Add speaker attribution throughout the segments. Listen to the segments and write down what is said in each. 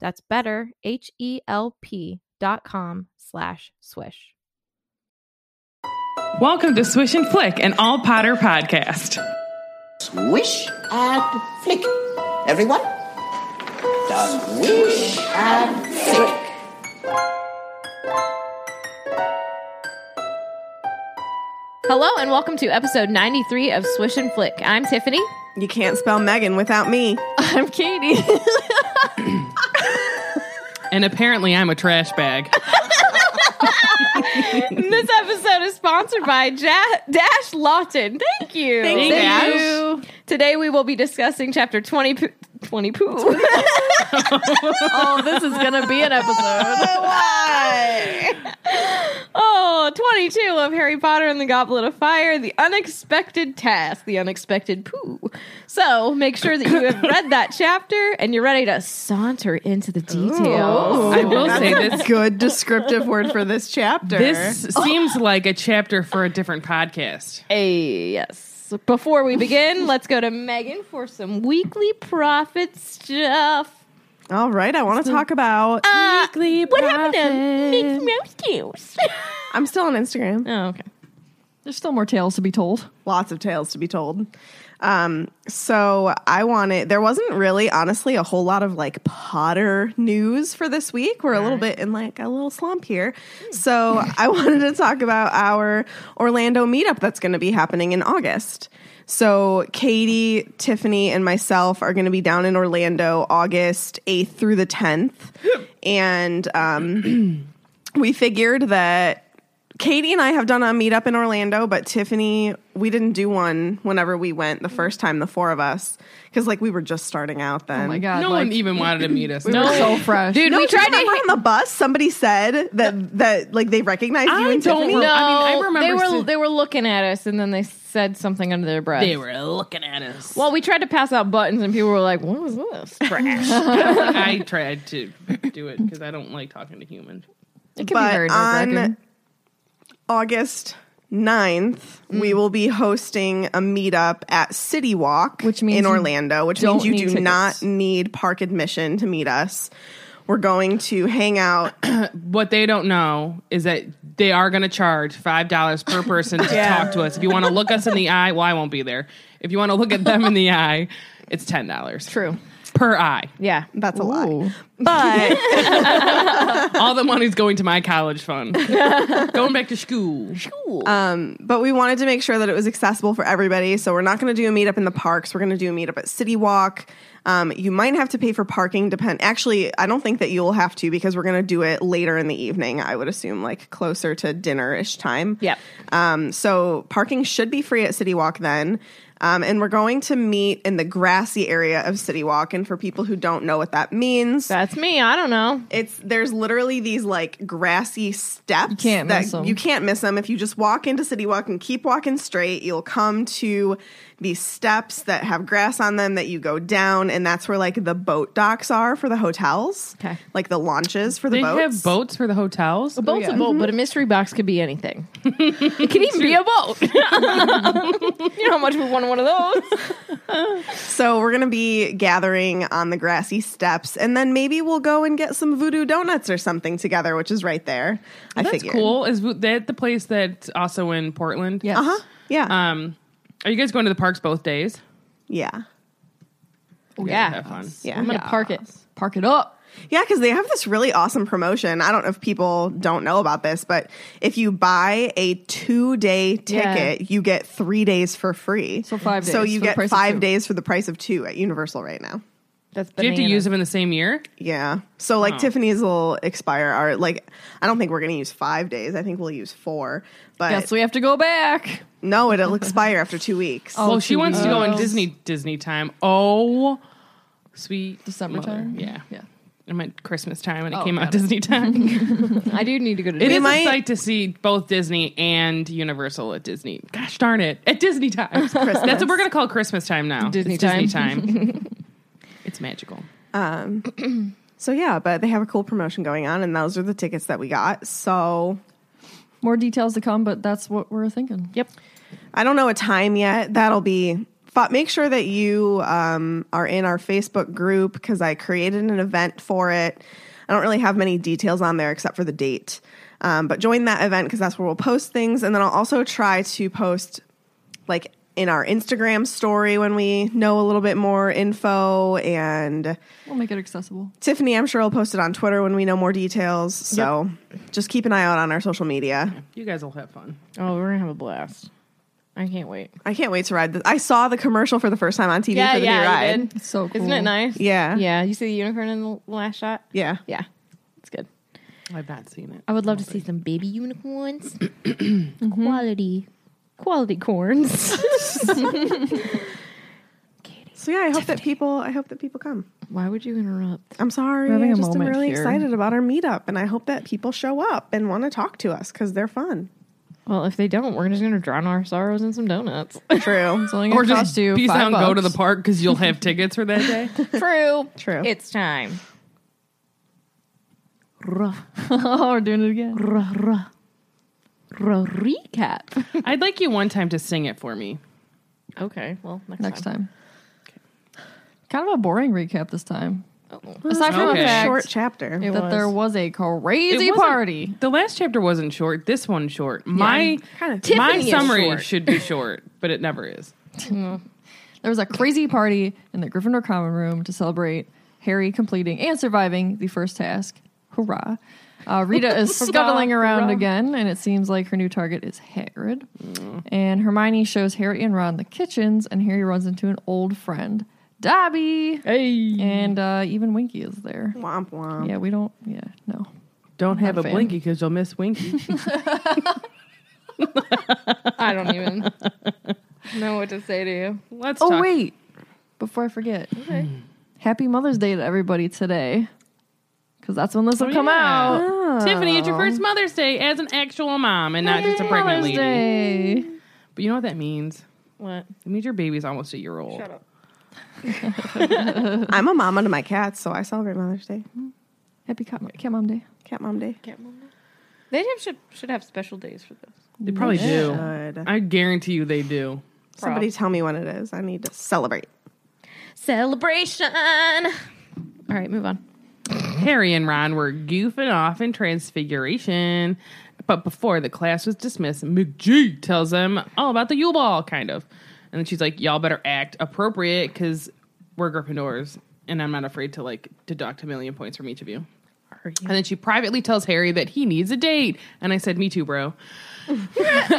Speaker 1: That's better, H-E-L-P dot com slash swish.
Speaker 2: Welcome to Swish and Flick, an all Potter podcast.
Speaker 3: Swish and flick. Everyone? Swish and flick.
Speaker 1: Hello and welcome to episode 93 of Swish and Flick. I'm Tiffany.
Speaker 4: You can't spell Megan without me.
Speaker 1: I'm Katie.
Speaker 2: And apparently, I'm a trash bag.
Speaker 1: this episode is sponsored by ja- Dash Lawton. Thank you.
Speaker 4: Thank Dash.
Speaker 2: you.
Speaker 1: Today we will be discussing chapter 20 poo- 20 poo. oh, this is going to be an episode.
Speaker 4: Why?
Speaker 1: Oh, 22 of Harry Potter and the Goblet of Fire, the unexpected task, the unexpected poo. So make sure that you have read that chapter and you're ready to saunter into the details.
Speaker 2: I will say this.
Speaker 4: Good descriptive word for this chapter.
Speaker 2: This seems like a chapter for a different podcast.
Speaker 1: Hey, yes. Before we begin, let's go to Megan for some weekly profit stuff.
Speaker 4: All right, I want to talk about.
Speaker 1: Uh, what happened to Mickey Mouse Games?
Speaker 4: I'm still on Instagram.
Speaker 1: oh, okay.
Speaker 5: There's still more tales to be told.
Speaker 4: Lots of tales to be told. Um, so I wanted. There wasn't really, honestly, a whole lot of like Potter news for this week. We're a little bit in like a little slump here. So I wanted to talk about our Orlando meetup that's going to be happening in August. So Katie, Tiffany, and myself are going to be down in Orlando August 8th through the 10th. and um, we figured that Katie and I have done a meetup in Orlando, but Tiffany, we didn't do one whenever we went the first time, the four of us, because like we were just starting out then.
Speaker 5: Oh my god!
Speaker 2: No
Speaker 5: like,
Speaker 2: one even wanted to meet us.
Speaker 5: we're so fresh,
Speaker 1: Dude, we
Speaker 4: We
Speaker 1: tried to.
Speaker 4: remember on the bus. Somebody said that that like they recognized you
Speaker 2: I
Speaker 4: and
Speaker 2: don't
Speaker 4: Tiffany.
Speaker 2: re- I mean, I
Speaker 1: No,
Speaker 2: remember
Speaker 1: they were
Speaker 2: si-
Speaker 1: they were looking at us, and then they said something under their breath.
Speaker 2: They were looking at us.
Speaker 1: Well, we tried to pass out buttons, and people were like, "What was this?" Trash.
Speaker 2: I tried to do it because I don't like talking to humans.
Speaker 5: It can be
Speaker 4: but
Speaker 5: very
Speaker 4: on
Speaker 5: nerve-wracking.
Speaker 4: August 9th,
Speaker 5: Mm.
Speaker 4: we will be hosting a meetup at City Walk,
Speaker 5: Which means
Speaker 4: in
Speaker 5: you
Speaker 4: Orlando, which
Speaker 5: don't
Speaker 4: means you
Speaker 5: need
Speaker 4: do
Speaker 5: tickets.
Speaker 4: not need park admission to meet us. We're going to hang out.
Speaker 2: What they don't know is that they are going to charge five dollars per person to talk to us. If you want to look us in the eye, well, I won't be there. If you want to look at them in the eye, it's ten dollars
Speaker 1: True.
Speaker 2: per eye.
Speaker 1: Yeah.
Speaker 4: That's a lie.
Speaker 5: Ooh.
Speaker 4: But
Speaker 2: All the money's going to my college fund. going back to school.
Speaker 4: but we wanted to make sure that it was accessible for everybody. So we're not going to do a meetup in the parks. We're going to do a meetup at City Walk. Um, you might have to pay for parking. Depend. Actually, I don't think that you'll have to because we're going to do it later in the evening. I would assume like closer to dinner ish time.
Speaker 1: Yep.
Speaker 4: Um, so parking should be free at City Walk then. Um, and we're going to meet in the grassy area of City Walk. And for people who don't know what that means,
Speaker 1: That's me. I don't know.
Speaker 5: Oh,
Speaker 4: it's there's literally these like grassy steps. You
Speaker 5: can't miss 'em.
Speaker 4: You can't miss them. If you just walk into City Walk and keep walking straight, you'll come to these steps that have grass on them that you go down, and that's where like the boat docks are for the hotels.
Speaker 1: Okay.
Speaker 4: Like the launches for the
Speaker 2: They
Speaker 4: boats.
Speaker 2: have boats for the hotels.
Speaker 1: A boat's a boat, but a mystery box could be anything. it could even be a boat. you know how much we want one of those.
Speaker 4: So we're gonna be gathering on the grassy steps, and then maybe we'll go and get some voodoo donuts or something together, which is right there. I
Speaker 2: That's
Speaker 4: figured.
Speaker 2: cool. Is that the place that's also in Portland?
Speaker 5: Yes.
Speaker 4: Uh huh. Yeah.
Speaker 2: Um, are you guys going to the parks both days?
Speaker 4: yeah.
Speaker 1: yeah.
Speaker 2: Have fun.
Speaker 4: Yeah.
Speaker 1: I'm gonna park it.
Speaker 5: Park it up.
Speaker 4: Yeah, because they have this really awesome promotion. I don't know if people don't know about this, but if you buy a two day
Speaker 5: Yeah.
Speaker 4: ticket, you get three days for free.
Speaker 5: So five
Speaker 4: So
Speaker 5: days
Speaker 4: you
Speaker 5: for the
Speaker 4: get
Speaker 5: price of
Speaker 4: five
Speaker 5: two.
Speaker 4: days for the price of two at Universal right now.
Speaker 1: That's
Speaker 2: Do you have to
Speaker 1: bananas.
Speaker 2: use them in the same year?
Speaker 4: Yeah. So like Tiffany's will expire. Our like, I don't think we're gonna use five days. I think we'll use four. But
Speaker 5: Guess we have to go back.
Speaker 4: no, it'll expire after two weeks.
Speaker 5: Oh,
Speaker 2: well, she
Speaker 5: two
Speaker 2: wants to go on
Speaker 5: weeks.
Speaker 2: Disney Disney time. Oh, sweet
Speaker 5: December
Speaker 2: mother.
Speaker 5: time?
Speaker 2: Yeah,
Speaker 5: Yeah.
Speaker 2: I meant Christmas time, and it
Speaker 5: Oh,
Speaker 2: came out
Speaker 5: got it.
Speaker 2: Disney time.
Speaker 1: I do need to go to
Speaker 2: it is
Speaker 4: might-
Speaker 2: a sight to see both Disney and Universal at Disney. Gosh darn it, at Disney time. That's what we're gonna call Christmas time now.
Speaker 5: Disney
Speaker 2: It's Disney time. it's magical.
Speaker 4: So yeah, but they have a cool promotion going on, and those are the tickets that we got. So
Speaker 5: More details to come, but that's what we're thinking.
Speaker 2: Yep.
Speaker 4: I don't know a time yet. That'll be. But make sure that you um, are in our Facebook group because I created an event for it. I don't really have many details on there except for the date. Um, but join that event because that's where we'll post things. And then I'll also try to post like in our Instagram story when we know a little bit more info. And
Speaker 5: We'll make it accessible.
Speaker 4: Tiffany, I'm sure, will post it on Twitter when we know more details. So just keep an eye out on our social media.
Speaker 2: You guys will have fun.
Speaker 1: Oh, we're gonna have a blast. I can't wait.
Speaker 4: I can't wait to ride this. I saw the commercial for the first time on TV for the new ride.
Speaker 5: It's so cool.
Speaker 1: Isn't it nice?
Speaker 4: Yeah.
Speaker 1: Yeah. You see the unicorn in the last shot?
Speaker 4: Yeah.
Speaker 1: Yeah. It's good.
Speaker 2: I've not seen it.
Speaker 1: I would love to see some baby unicorns. Quality. Quality corns.
Speaker 4: So yeah, I hope that people I hope that people come.
Speaker 1: Why would you interrupt?
Speaker 4: I'm sorry.
Speaker 5: We're having
Speaker 4: I
Speaker 5: a
Speaker 4: just am
Speaker 5: moment
Speaker 4: really
Speaker 5: here.
Speaker 4: excited about our meetup and I hope that people show up and want to talk to us cuz they're fun.
Speaker 1: Well, if they don't, we're just gonna drown our sorrows in some donuts.
Speaker 4: True.
Speaker 5: It's only
Speaker 2: Or
Speaker 5: gonna cost
Speaker 2: just
Speaker 5: you
Speaker 2: peace
Speaker 5: five
Speaker 2: out and go to the
Speaker 5: bucks.
Speaker 2: park because you'll have tickets for that day.
Speaker 1: True.
Speaker 4: True.
Speaker 1: It's time.
Speaker 5: oh, we're doing it again.
Speaker 1: Recap.
Speaker 2: I'd like you one time to sing it for me.
Speaker 1: Okay. Well, next,
Speaker 5: Next time. Kind of a boring recap this time.
Speaker 1: Oh.
Speaker 5: Aside from
Speaker 2: Okay.
Speaker 5: the fact
Speaker 4: Short chapter.
Speaker 1: It
Speaker 5: that
Speaker 1: was.
Speaker 5: there was a
Speaker 2: It
Speaker 5: crazy
Speaker 2: wasn't-
Speaker 5: party.
Speaker 2: The last chapter wasn't short. This one's short. My
Speaker 4: Kind of.
Speaker 2: my
Speaker 1: Tiffany is
Speaker 2: summary
Speaker 1: short.
Speaker 2: should be short, but it never is.
Speaker 5: There was a crazy party in the Gryffindor common room to celebrate Harry completing and surviving the first task. Hurrah. Uh, Rita is scuttling around again, and it seems like her new target is Hagrid. And Hermione shows Harry and Ron the kitchens, and Harry runs into an old friend, Dobby.
Speaker 2: Hey,
Speaker 5: And uh, even Winky is there.
Speaker 4: Womp womp.
Speaker 5: Yeah, we don't. Yeah, no.
Speaker 2: don't have
Speaker 5: a
Speaker 2: a
Speaker 5: fan.
Speaker 2: blinky because you'll miss Winky.
Speaker 1: I don't even know what to say to you.
Speaker 2: Let's
Speaker 5: Oh
Speaker 2: talk.
Speaker 5: wait, before I forget, Happy Mother's Day to everybody today, because that's when this will
Speaker 2: Oh,
Speaker 5: come
Speaker 2: yeah.
Speaker 5: out. Oh.
Speaker 2: Tiffany, it's your first Mother's Day as an actual mom and not just a pregnant lady.
Speaker 5: Mother's Day.
Speaker 2: But you know what that means?
Speaker 1: What?
Speaker 2: It means your baby's almost a year old.
Speaker 1: up.
Speaker 4: I'm a mama to my cats, so I celebrate Mother's Day.
Speaker 5: Happy Cat, Cat Mom Day.
Speaker 4: Cat mom day.
Speaker 1: Can't remember. They have, should should have special days for this.
Speaker 2: They probably do.
Speaker 4: Good.
Speaker 2: I guarantee you they do.
Speaker 4: Somebody
Speaker 1: Props.
Speaker 4: tell me when it is. I need to celebrate.
Speaker 1: Celebration. All right, move on.
Speaker 2: Harry and Ron were goofing off in Transfiguration. But before the class was dismissed, McGee tells them all about the Yule Ball, kind of. And then she's like, y'all better act appropriate because we're Gryffindors. And I'm not afraid to like deduct a million points from each of you. And then she privately tells Harry that he needs a date. And I said, Me too, bro.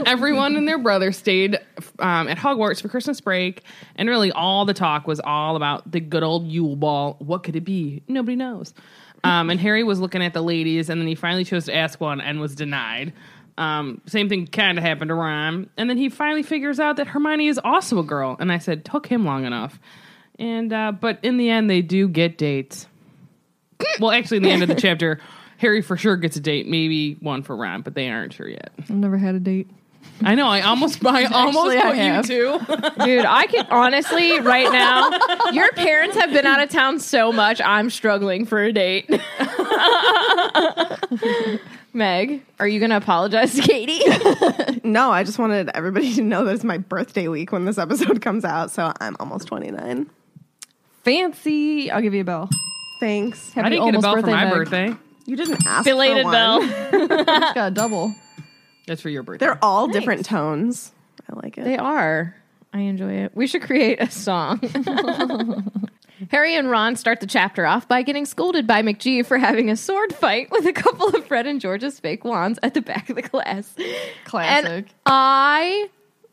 Speaker 2: Everyone and their brother stayed um, at Hogwarts for Christmas break. And really, all the talk was all about the good old Yule Ball. What could it be? Nobody knows. Um, and Harry was looking at the ladies, and then he finally chose to ask one and was denied. Um, same thing kind of happened to Ron. And then he finally figures out that Hermione is also a girl. And I said, Took him long enough. And, uh, but in the end, they do get dates well, actually, in the end of the chapter, Harry for sure gets a date, maybe one for Ron, but they aren't sure yet.
Speaker 5: I've never had a date.
Speaker 2: I know. I almost, I almost
Speaker 5: I
Speaker 2: put
Speaker 5: have.
Speaker 2: you too.
Speaker 1: Dude, I can honestly right now. Your parents have been out of town so much. I'm struggling for a date. Meg, are you gonna apologize to Katie?
Speaker 4: No, I just wanted everybody to know that it's my birthday week when this episode comes out, so I'm almost 29.
Speaker 5: Fancy. I'll give you a bell.
Speaker 4: Thanks.
Speaker 5: Happy
Speaker 2: I didn't get a bell
Speaker 5: almost
Speaker 2: for my
Speaker 5: Meg.
Speaker 2: birthday.
Speaker 4: You didn't ask
Speaker 1: Belated
Speaker 4: for one.
Speaker 1: Bell.
Speaker 5: Just got a double.
Speaker 2: That's for your birthday.
Speaker 4: They're all different tones. I like it.
Speaker 1: They are. I enjoy it. We should create a song. Harry and Ron start the chapter off by getting scolded by McGee for having a sword fight with a couple of Fred and George's fake wands at the back of the class. And
Speaker 5: Classic.
Speaker 1: I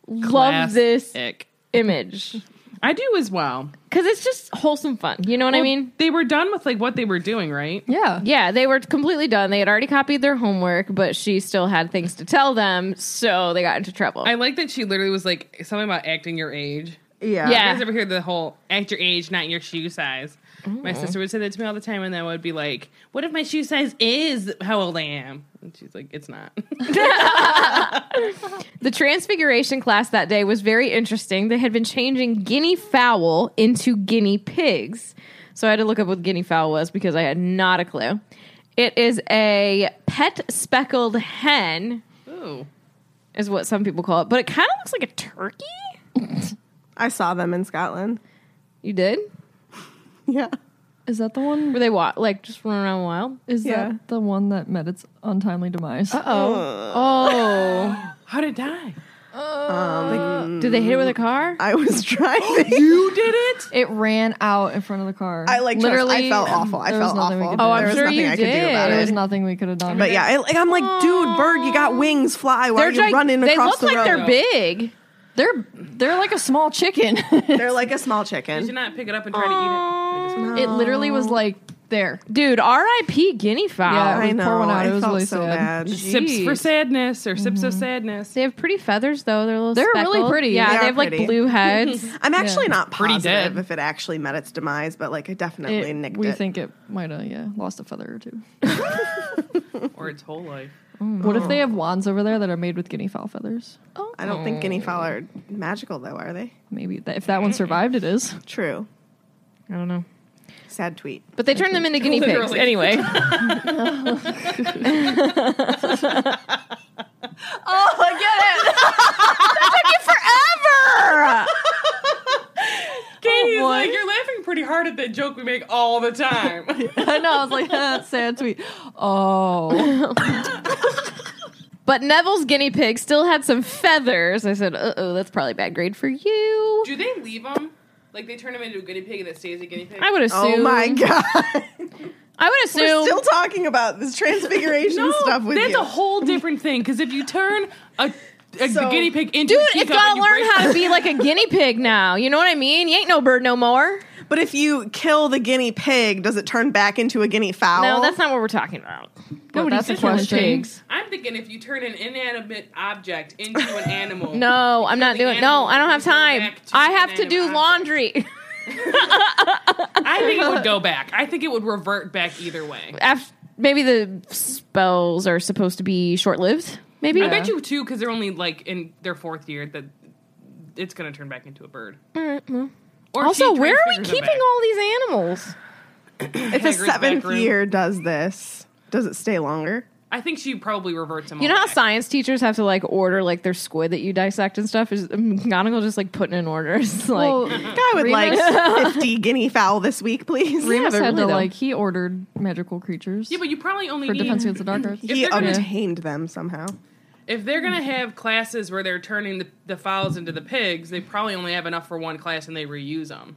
Speaker 1: love this
Speaker 2: Classic.
Speaker 1: image
Speaker 2: I do as well.
Speaker 1: because it's just wholesome fun. You know what I mean?
Speaker 2: They were done with like what they were doing, right?
Speaker 5: yeah.
Speaker 1: Yeah, they were completely done. They had already copied their homework, but she still had things to tell them, so they got into trouble.
Speaker 2: I like that she literally was like something about acting your age.
Speaker 4: Yeah.
Speaker 1: Yeah.
Speaker 2: You guys ever hear the whole act your age, not your shoe size? My sister would say that to me all the time, and then I would be like, "What if my shoe size is how old I am?" And she's like, "It's not."
Speaker 1: The transfiguration class that day was very interesting. They had been changing guinea fowl into guinea pigs. So I had to look up what guinea fowl was because I had not a clue. It is a pet speckled hen,
Speaker 2: Ooh,
Speaker 1: is what some people call it, but it kind of looks like a turkey.
Speaker 4: I saw them in Scotland.
Speaker 1: You did?
Speaker 4: Yeah.
Speaker 5: Is that the one?
Speaker 1: Were they wa- like just running around wild?
Speaker 5: Is
Speaker 4: Yeah.
Speaker 5: that the one that met its untimely demise?
Speaker 1: Oh. Oh.
Speaker 2: how did it die?
Speaker 1: Did they hit it with a car?
Speaker 4: I was
Speaker 5: Oh,
Speaker 4: driving.
Speaker 2: You did it.
Speaker 5: It ran out in front of the car.
Speaker 4: I like literally. I felt awful. I
Speaker 5: um, there was
Speaker 4: felt
Speaker 5: nothing we
Speaker 4: awful.
Speaker 5: could do.
Speaker 1: Oh, I'm
Speaker 4: there was
Speaker 1: sure
Speaker 4: nothing
Speaker 1: you
Speaker 4: I could do
Speaker 1: did.
Speaker 4: about
Speaker 5: There
Speaker 4: it.
Speaker 5: was nothing we could have done.
Speaker 4: But yeah, I, like, I'm like, dude, bird, you got wings, fly. Why are you running
Speaker 1: they
Speaker 4: across
Speaker 1: look
Speaker 4: the
Speaker 1: like
Speaker 4: road?
Speaker 1: they're big.
Speaker 5: they're they're like a small chicken.
Speaker 4: They're like a small
Speaker 2: Did you
Speaker 4: chicken.
Speaker 2: not pick it up and try to eat it? I just-
Speaker 5: It literally was like there.
Speaker 1: Dude, RIP guinea fowl.
Speaker 5: Yeah.
Speaker 4: I
Speaker 5: was
Speaker 4: know.
Speaker 5: pouring out.
Speaker 4: I
Speaker 5: It was
Speaker 4: felt
Speaker 5: really
Speaker 4: so
Speaker 5: sad.
Speaker 4: bad.
Speaker 2: Sips for
Speaker 1: Jeez.
Speaker 2: sadness or Mm-hmm. sips of sadness.
Speaker 1: They have pretty feathers though. They're little.
Speaker 5: They're really
Speaker 1: speckled.
Speaker 5: pretty.
Speaker 1: Yeah,
Speaker 4: They
Speaker 1: they,
Speaker 4: are
Speaker 1: have like
Speaker 4: pretty.
Speaker 1: blue heads.
Speaker 4: I'm actually not
Speaker 2: Pretty
Speaker 4: positive
Speaker 2: dead.
Speaker 4: if it actually met its demise, but like I definitely
Speaker 5: It-
Speaker 4: nicked
Speaker 5: we
Speaker 4: it.
Speaker 5: think it might have yeah lost a feather or two.
Speaker 2: or its whole life.
Speaker 5: What if they have wands over there that are made with guinea fowl feathers?
Speaker 4: I don't think
Speaker 2: Oh.
Speaker 4: guinea fowl are magical though, are they?
Speaker 5: Maybe that, if that one survived, it is.
Speaker 4: True.
Speaker 1: I don't know,
Speaker 4: Sad tweet.
Speaker 1: but they turn them into guinea pigs
Speaker 2: Literally.
Speaker 1: anyway.
Speaker 4: Oh, I get it.
Speaker 2: Katie's
Speaker 5: what?
Speaker 2: like, you're laughing pretty hard at that joke we make all the time.
Speaker 5: I know. I was like, ah, sad tweet. Oh,
Speaker 1: But Neville's guinea pig still had some feathers. I said, "Uh oh, that's probably bad grade for you."
Speaker 2: Do they leave them? Like they turn him into a guinea pig and it stays a guinea pig?
Speaker 1: I would assume.
Speaker 4: Oh my god.
Speaker 1: I would
Speaker 4: We're
Speaker 1: assume.
Speaker 4: still talking about this transfiguration stuff with
Speaker 2: that's
Speaker 4: you.
Speaker 2: a whole different thing. Because if you turn a, a
Speaker 4: So-
Speaker 2: guinea pig into
Speaker 1: Dude,
Speaker 2: a teacup
Speaker 1: it's gotta
Speaker 2: and you
Speaker 1: learn
Speaker 2: break-
Speaker 1: how to be like a guinea pig now. You know what I mean? You ain't no bird no more.
Speaker 4: but if you kill the guinea pig, does it turn back into a guinea fowl?
Speaker 1: No, that's not what we're talking about.
Speaker 5: but that's a
Speaker 2: said that was
Speaker 5: question.
Speaker 1: pigs.
Speaker 2: I'm thinking if you turn an inanimate object into an animal.
Speaker 1: No, I'm not
Speaker 2: the
Speaker 1: doing. No, I don't have time.
Speaker 2: animal back to
Speaker 1: I
Speaker 2: the
Speaker 1: have to
Speaker 2: inanimate
Speaker 1: do
Speaker 2: object.
Speaker 1: laundry.
Speaker 2: I think it would go back. I think it would revert back either way.
Speaker 1: Af- Maybe the spells are supposed to be short lived. Maybe
Speaker 2: I bet you too, because they're only like in their fourth year that it's going to turn back into a bird. Or she
Speaker 1: Also, where are we
Speaker 2: transfigures them
Speaker 1: keeping
Speaker 2: back.
Speaker 1: all these animals?
Speaker 4: if a
Speaker 2: Hagrid's back
Speaker 4: seventh
Speaker 2: room.
Speaker 4: year does this, does it stay longer?
Speaker 2: I think she probably reverts them.
Speaker 1: You
Speaker 2: all
Speaker 1: know how
Speaker 2: back.
Speaker 1: science teachers have to like order like their squid that you dissect and stuff? Is McGonagall just like putting in orders? like,
Speaker 5: Well,
Speaker 4: I would
Speaker 5: Remus-
Speaker 4: like 50 guinea fowl this week, please.
Speaker 5: Remus
Speaker 1: but
Speaker 5: had
Speaker 1: really
Speaker 5: to
Speaker 1: though.
Speaker 5: like he ordered magical creatures
Speaker 2: Yeah, but you probably only
Speaker 5: for
Speaker 2: need
Speaker 5: Defense Against the Dark Arts.
Speaker 4: he
Speaker 2: they're gonna-
Speaker 4: obtained them somehow.
Speaker 2: if they're gonna have classes where they're turning the, the fowls into the pigs, they probably only have enough for one class and they reuse them.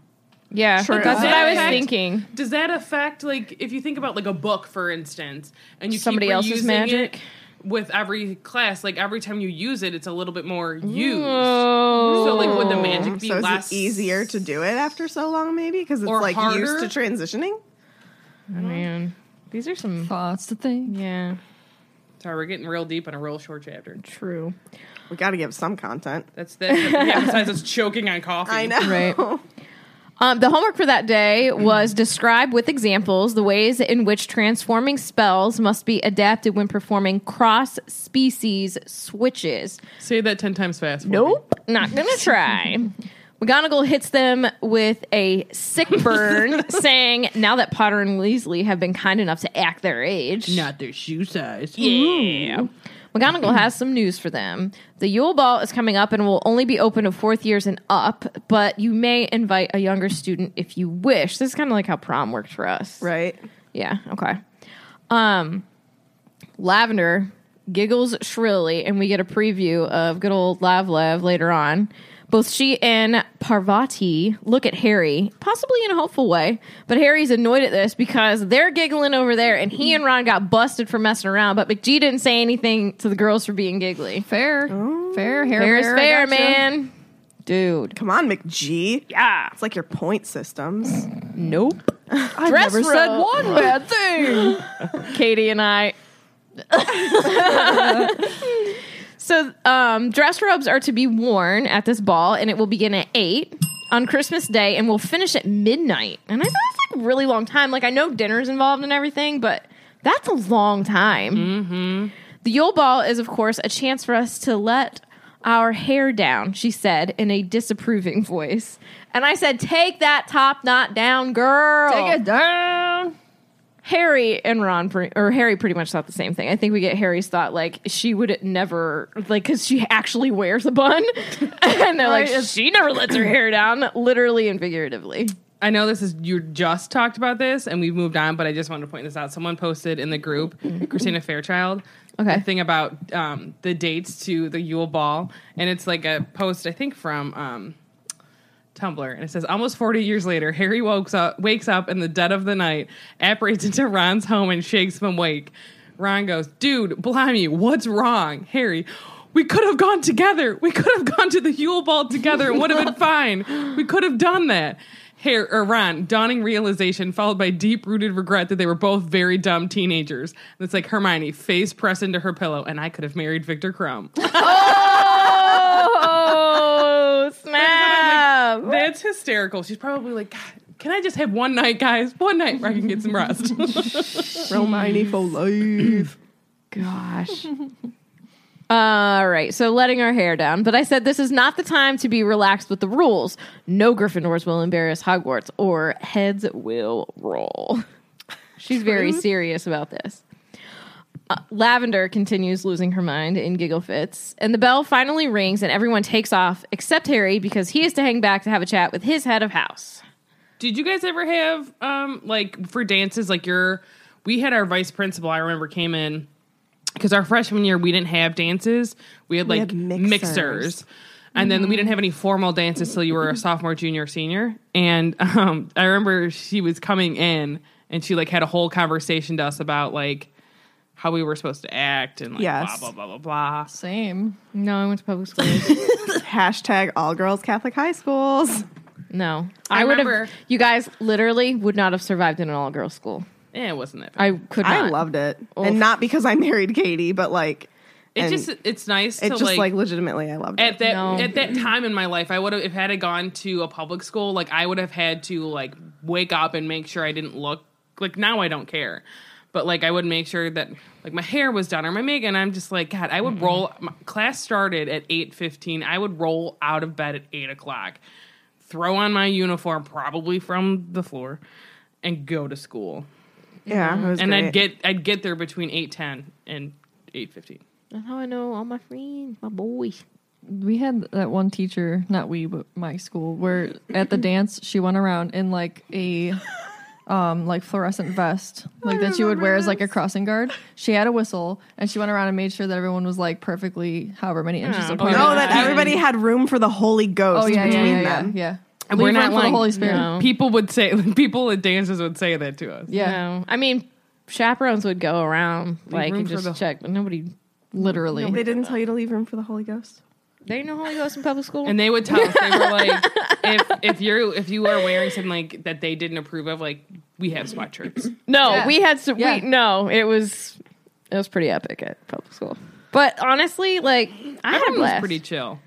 Speaker 1: yeah,
Speaker 4: True.
Speaker 1: that's what I was
Speaker 2: Fact.
Speaker 1: thinking.
Speaker 2: Does that affect like if you think about like a book for instance, and you
Speaker 1: Somebody
Speaker 2: keep
Speaker 1: else's
Speaker 2: reusing
Speaker 1: magic?
Speaker 2: It with every class, like every time you use it, it's a little bit more used.
Speaker 1: Oh,
Speaker 2: So like would the magic be
Speaker 4: So is
Speaker 2: less
Speaker 4: it easier to do it after so long, maybe? Because it's
Speaker 2: Or
Speaker 4: like used
Speaker 2: harder?
Speaker 4: to transitioning?
Speaker 1: Oh, man, these are some.
Speaker 5: Thoughts to think.
Speaker 1: Yeah,
Speaker 2: Sorry, we're getting real deep in a real short chapter.
Speaker 1: true.
Speaker 4: We got to give some content.
Speaker 2: That's that. yeah, besides us choking on coffee.
Speaker 4: I know.
Speaker 5: Right.
Speaker 1: Um, the homework for that day was describe with examples the ways in which transforming spells must be adapted when performing cross species switches.
Speaker 2: Say that ten times fast. for me.
Speaker 1: Nope, not gonna try. McGonagall hits them with a sick burn, saying, "Now that Potter and Weasley have been kind enough to act their age,
Speaker 2: Not their shoe size.
Speaker 1: yeah." McGonagall has some news for them. The Yule Ball is coming up and will only be open to fourth years and up, but you may invite a younger student if you wish. This is kind of like how prom worked for us.
Speaker 4: Right.
Speaker 1: Yeah. Okay. Um, Lavender giggles shrilly, and we get a preview of good old Lav Lav later on. Both she and Parvati look at Harry, possibly in a hopeful way, but Harry's annoyed at this because they're giggling over there and he and Ron got busted for messing around, but McGee didn't say anything to the girls for being giggly.
Speaker 5: Fair, fair, hair,
Speaker 1: Fair is
Speaker 5: bear, I
Speaker 1: fair,
Speaker 5: gotcha.
Speaker 1: man. Dude.
Speaker 4: Come on, McG.
Speaker 1: Yeah.
Speaker 4: It's like your point systems.
Speaker 1: Nope. I
Speaker 5: Never said one bad thing.
Speaker 1: Katie and I. so, um, dress robes are to be worn at this ball, and it will begin at eight on Christmas Day, and will finish at midnight. And I thought that's like a really long time. Like I know dinner's involved and everything, but that's a long time. The Yule Ball is, of course, a chance for us to let our hair down, she said in a disapproving voice. And I said, Take that top knot down, girl.
Speaker 5: Take it down.
Speaker 1: Harry and Ron, pre- or Harry pretty much thought the same thing. I think we get Harry's thought like she would never, like, because she actually wears a bun. and they're like, she never lets her hair down, literally and figuratively.
Speaker 2: I know this is you just talked about this and we've moved on, but I just wanted to point this out. Someone posted in the group, Christina Fairchild,
Speaker 1: Okay.
Speaker 2: a thing about um, the dates to the Yule Ball, and it's like a post I think from um, Tumblr, and it says almost forty years later, Harry wakes up wakes up in the dead of the night, apparates into Ron's home and shakes him awake. Ron goes, "Dude, blimey, what's wrong, Harry?" We could have gone together. We could have gone to the Yule Ball together. It would have been fine. We could have done that. Harry or Ron, dawning realization followed by deep rooted regret that they were both very dumb teenagers. And it's like Hermione, face pressed into her pillow, and I could have married Victor Crumb.
Speaker 1: Oh, snap.
Speaker 2: That's hysterical. She's probably like, God, can I just have one night, guys? One night where I can get some rest.
Speaker 4: Romani for life.
Speaker 1: Gosh. All right, so letting our hair down. But I said this is not the time to be relaxed with the rules. No Gryffindors will embarrass Hogwarts or heads will roll. She's very serious about this. Uh, Lavender continues losing her mind in giggle fits, and the bell finally rings, and everyone takes off except Harry because he is to hang back to have a chat with his head of house.
Speaker 2: Did you guys ever have um like for dances like your we had our vice principal I remember came in because our freshman year we didn't have dances. We had like
Speaker 4: had
Speaker 2: mixers. Mm-hmm.
Speaker 4: mixers.
Speaker 2: And then we didn't have any formal dances till you were a sophomore, junior, senior. And um I remember she was coming in and she like had a whole conversation to us about like how we were supposed to act and like
Speaker 4: Yes.
Speaker 2: blah blah blah blah blah.
Speaker 5: Same.
Speaker 1: No, I went to public school.
Speaker 4: Hashtag all girls Catholic high schools.
Speaker 1: No,
Speaker 2: I
Speaker 1: I, would
Speaker 2: remember-
Speaker 1: have. You guys literally would not have survived in an all-girls school.
Speaker 2: Eh, it wasn't that bad.
Speaker 1: I could. Not.
Speaker 4: I loved it. And not because I married Katie, but like
Speaker 2: it
Speaker 4: and
Speaker 2: just it's nice
Speaker 4: it
Speaker 2: to
Speaker 4: just like, legitimately I loved
Speaker 2: at
Speaker 4: it.
Speaker 2: that
Speaker 1: No.
Speaker 2: at that time in my life, I would have if had I gone to a public school, like I would have had to like wake up and make sure I didn't look like now I don't care. But like I would make sure that like my hair was done or my makeup, and I'm just like God. I would roll. My, class started at eight fifteen. I would roll out of bed at eight o'clock, throw on my uniform probably from the floor, and go to school.
Speaker 4: Yeah. It was
Speaker 2: And I'd
Speaker 4: great.
Speaker 2: get I'd get there between eight ten and eight fifteen.
Speaker 1: That's how I know all my friends, my boys.
Speaker 5: We had that one teacher, not we, but my school, where at the dance she went around in like a um like fluorescent vest, like that she would wear as like a crossing guard. She had a whistle and she went around and made sure that everyone was like perfectly however many inches
Speaker 2: Oh,
Speaker 5: apart.
Speaker 2: yeah.
Speaker 4: Oh, that everybody had room for the Holy Ghost
Speaker 5: Oh, yeah, yeah,
Speaker 4: between
Speaker 5: yeah, yeah,
Speaker 4: them.
Speaker 5: yeah.
Speaker 2: And we're
Speaker 5: Leave
Speaker 2: not
Speaker 5: room for
Speaker 2: lying.
Speaker 5: the Holy Spirit.
Speaker 1: No.
Speaker 4: Mm.
Speaker 2: People would say people at dances would say that to us.
Speaker 5: Yeah,
Speaker 1: No, I mean chaperones would go around like
Speaker 2: room
Speaker 1: and
Speaker 2: for
Speaker 1: just
Speaker 2: the-
Speaker 1: check, but nobody.
Speaker 5: literally.
Speaker 4: They didn't tell you to leave room for the Holy Ghost.
Speaker 1: They didn't know Holy Ghost in public school.
Speaker 2: And they would tell us they were like, if if you're if you are wearing something like that they didn't approve of, like we have sweatshirts.
Speaker 1: no,
Speaker 5: Yeah.
Speaker 1: we had some.
Speaker 5: Yeah.
Speaker 1: We, no, it was it was pretty epic at public school. But honestly, like I had a
Speaker 2: Everyone was
Speaker 1: blast.
Speaker 2: pretty chill.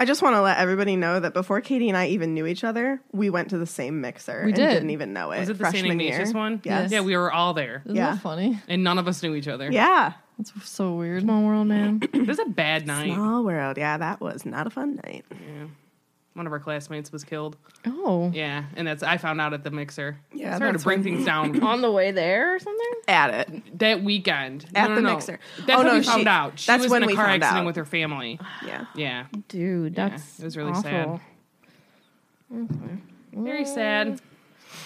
Speaker 4: I just want to let everybody know that before Katie and I even knew each other, we went to the same mixer.
Speaker 5: We
Speaker 4: And
Speaker 5: did.
Speaker 4: didn't even know it.
Speaker 2: Was it the
Speaker 4: Uh, freshman
Speaker 2: St. Ignatius
Speaker 4: year.
Speaker 2: one?
Speaker 4: Yes.
Speaker 2: Yeah, we were all there,
Speaker 5: Isn't
Speaker 4: Yeah.
Speaker 5: that funny?
Speaker 2: and none of us knew each other.
Speaker 4: Yeah.
Speaker 5: That's so weird.
Speaker 1: Small world, man.
Speaker 2: It was a bad night.
Speaker 4: Small world. Yeah, that was not a fun night.
Speaker 2: One of our classmates was killed.
Speaker 1: oh,
Speaker 2: Yeah, and that's I found out at the mixer.
Speaker 4: Yeah,
Speaker 2: started to
Speaker 4: that's
Speaker 2: bring things down
Speaker 1: on the way there or something.
Speaker 4: At it.
Speaker 2: that weekend
Speaker 4: At
Speaker 2: No, no,
Speaker 4: the
Speaker 2: no.
Speaker 4: mixer.
Speaker 2: That's
Speaker 4: Oh,
Speaker 2: when
Speaker 4: no,
Speaker 2: we found
Speaker 4: she-
Speaker 2: out. She
Speaker 4: that's
Speaker 2: was
Speaker 4: when
Speaker 2: in a
Speaker 4: we
Speaker 2: car
Speaker 4: found
Speaker 2: accident
Speaker 4: out.
Speaker 2: with her family.
Speaker 4: Yeah.
Speaker 2: Yeah,
Speaker 1: Dude, that's
Speaker 2: it was really
Speaker 1: awful.
Speaker 2: sad. very sad.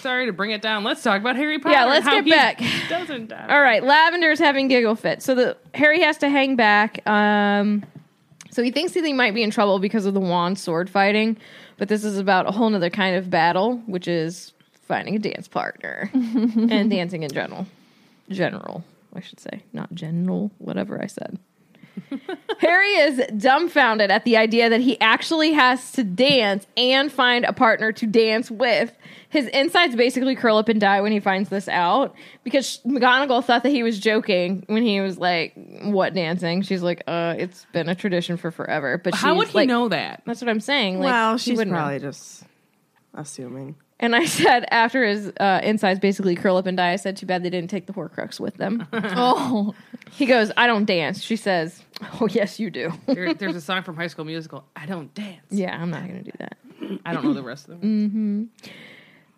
Speaker 2: Sorry to bring it down. Let's talk about Harry Potter.
Speaker 1: Yeah, let's
Speaker 2: and how
Speaker 1: get
Speaker 2: he
Speaker 1: back.
Speaker 2: Doesn't die.
Speaker 1: All right, Lavender's having giggle fit. So the Harry has to hang back. Um, So he thinks that he might be in trouble because of the wand sword fighting, but this is about a whole nother kind of battle, which is finding a dance partner and dancing in general. General, I should say, not general, whatever I said. Harry is dumbfounded at the idea that he actually has to dance and find a partner to dance with. His insides basically curl up and die when he finds this out because McGonagall thought that he was joking when he was like, "What dancing?" She's like, "Uh, it's been a tradition for forever." But
Speaker 2: How
Speaker 1: she's
Speaker 2: would he
Speaker 1: like-
Speaker 2: know that?
Speaker 1: That's what I'm saying. Like,
Speaker 4: well,
Speaker 1: she
Speaker 4: she's
Speaker 1: wouldn't know.
Speaker 4: probably just assuming.
Speaker 1: And I said after his uh, insides basically curl up and die, I said, "Too bad they didn't take the Horcrux with them."
Speaker 5: Oh,
Speaker 1: he goes, "I don't dance." She says, "Oh yes, you do."
Speaker 2: There, there's a song from High School Musical. I don't dance.
Speaker 1: yeah, Mm. I'm not going to do that.
Speaker 2: I don't know the rest of them.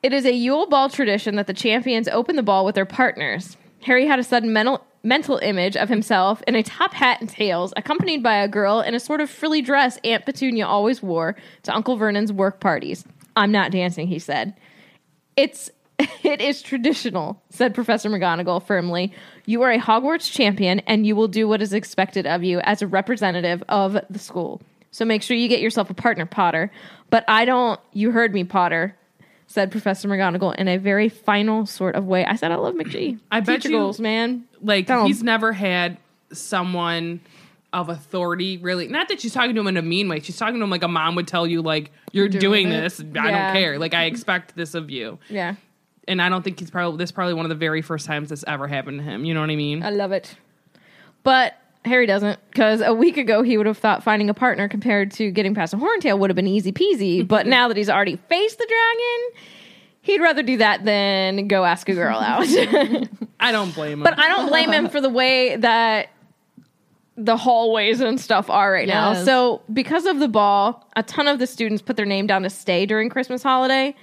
Speaker 1: It is a Yule Ball tradition that the champions open the ball with their partners. Harry had a sudden mental mental image of himself in a top hat and tails, accompanied by a girl in a sort of frilly dress Aunt Petunia always wore to Uncle Vernon's work parties. I'm not dancing, he said. It's it is traditional, said Professor McGonagall firmly. You are a Hogwarts champion and you will do what is expected of you as a representative of the school. So make sure you get yourself a partner, Potter. But I don't you heard me, Potter, said Professor McGonagall in a very final sort of way. I said I love McGee.
Speaker 2: I bet
Speaker 1: Teacher
Speaker 2: you-
Speaker 1: goals, man.
Speaker 2: Like
Speaker 1: Don't.
Speaker 2: he's never had someone of authority really. Not that she's talking to him in a mean way. She's talking to him like a mom would tell you, like you're doing,
Speaker 5: doing it."
Speaker 2: this. I
Speaker 1: Yeah.
Speaker 2: don't care. Like I expect this of you.
Speaker 1: Yeah.
Speaker 2: And I don't think he's probably this is probably one of the very first times this ever happened to him. You know what I mean?
Speaker 1: I love it. But Harry doesn't, because a week ago he would have thought finding a partner compared to getting past a horntail would have been easy peasy. but now that he's already faced the dragon, he'd rather do that than go ask a girl out.
Speaker 2: I don't blame him.
Speaker 1: but I don't blame him for the way that the hallways and stuff are right now.
Speaker 5: Yes.
Speaker 1: So because of the ball, a ton of the students put their name down to stay during Christmas holiday,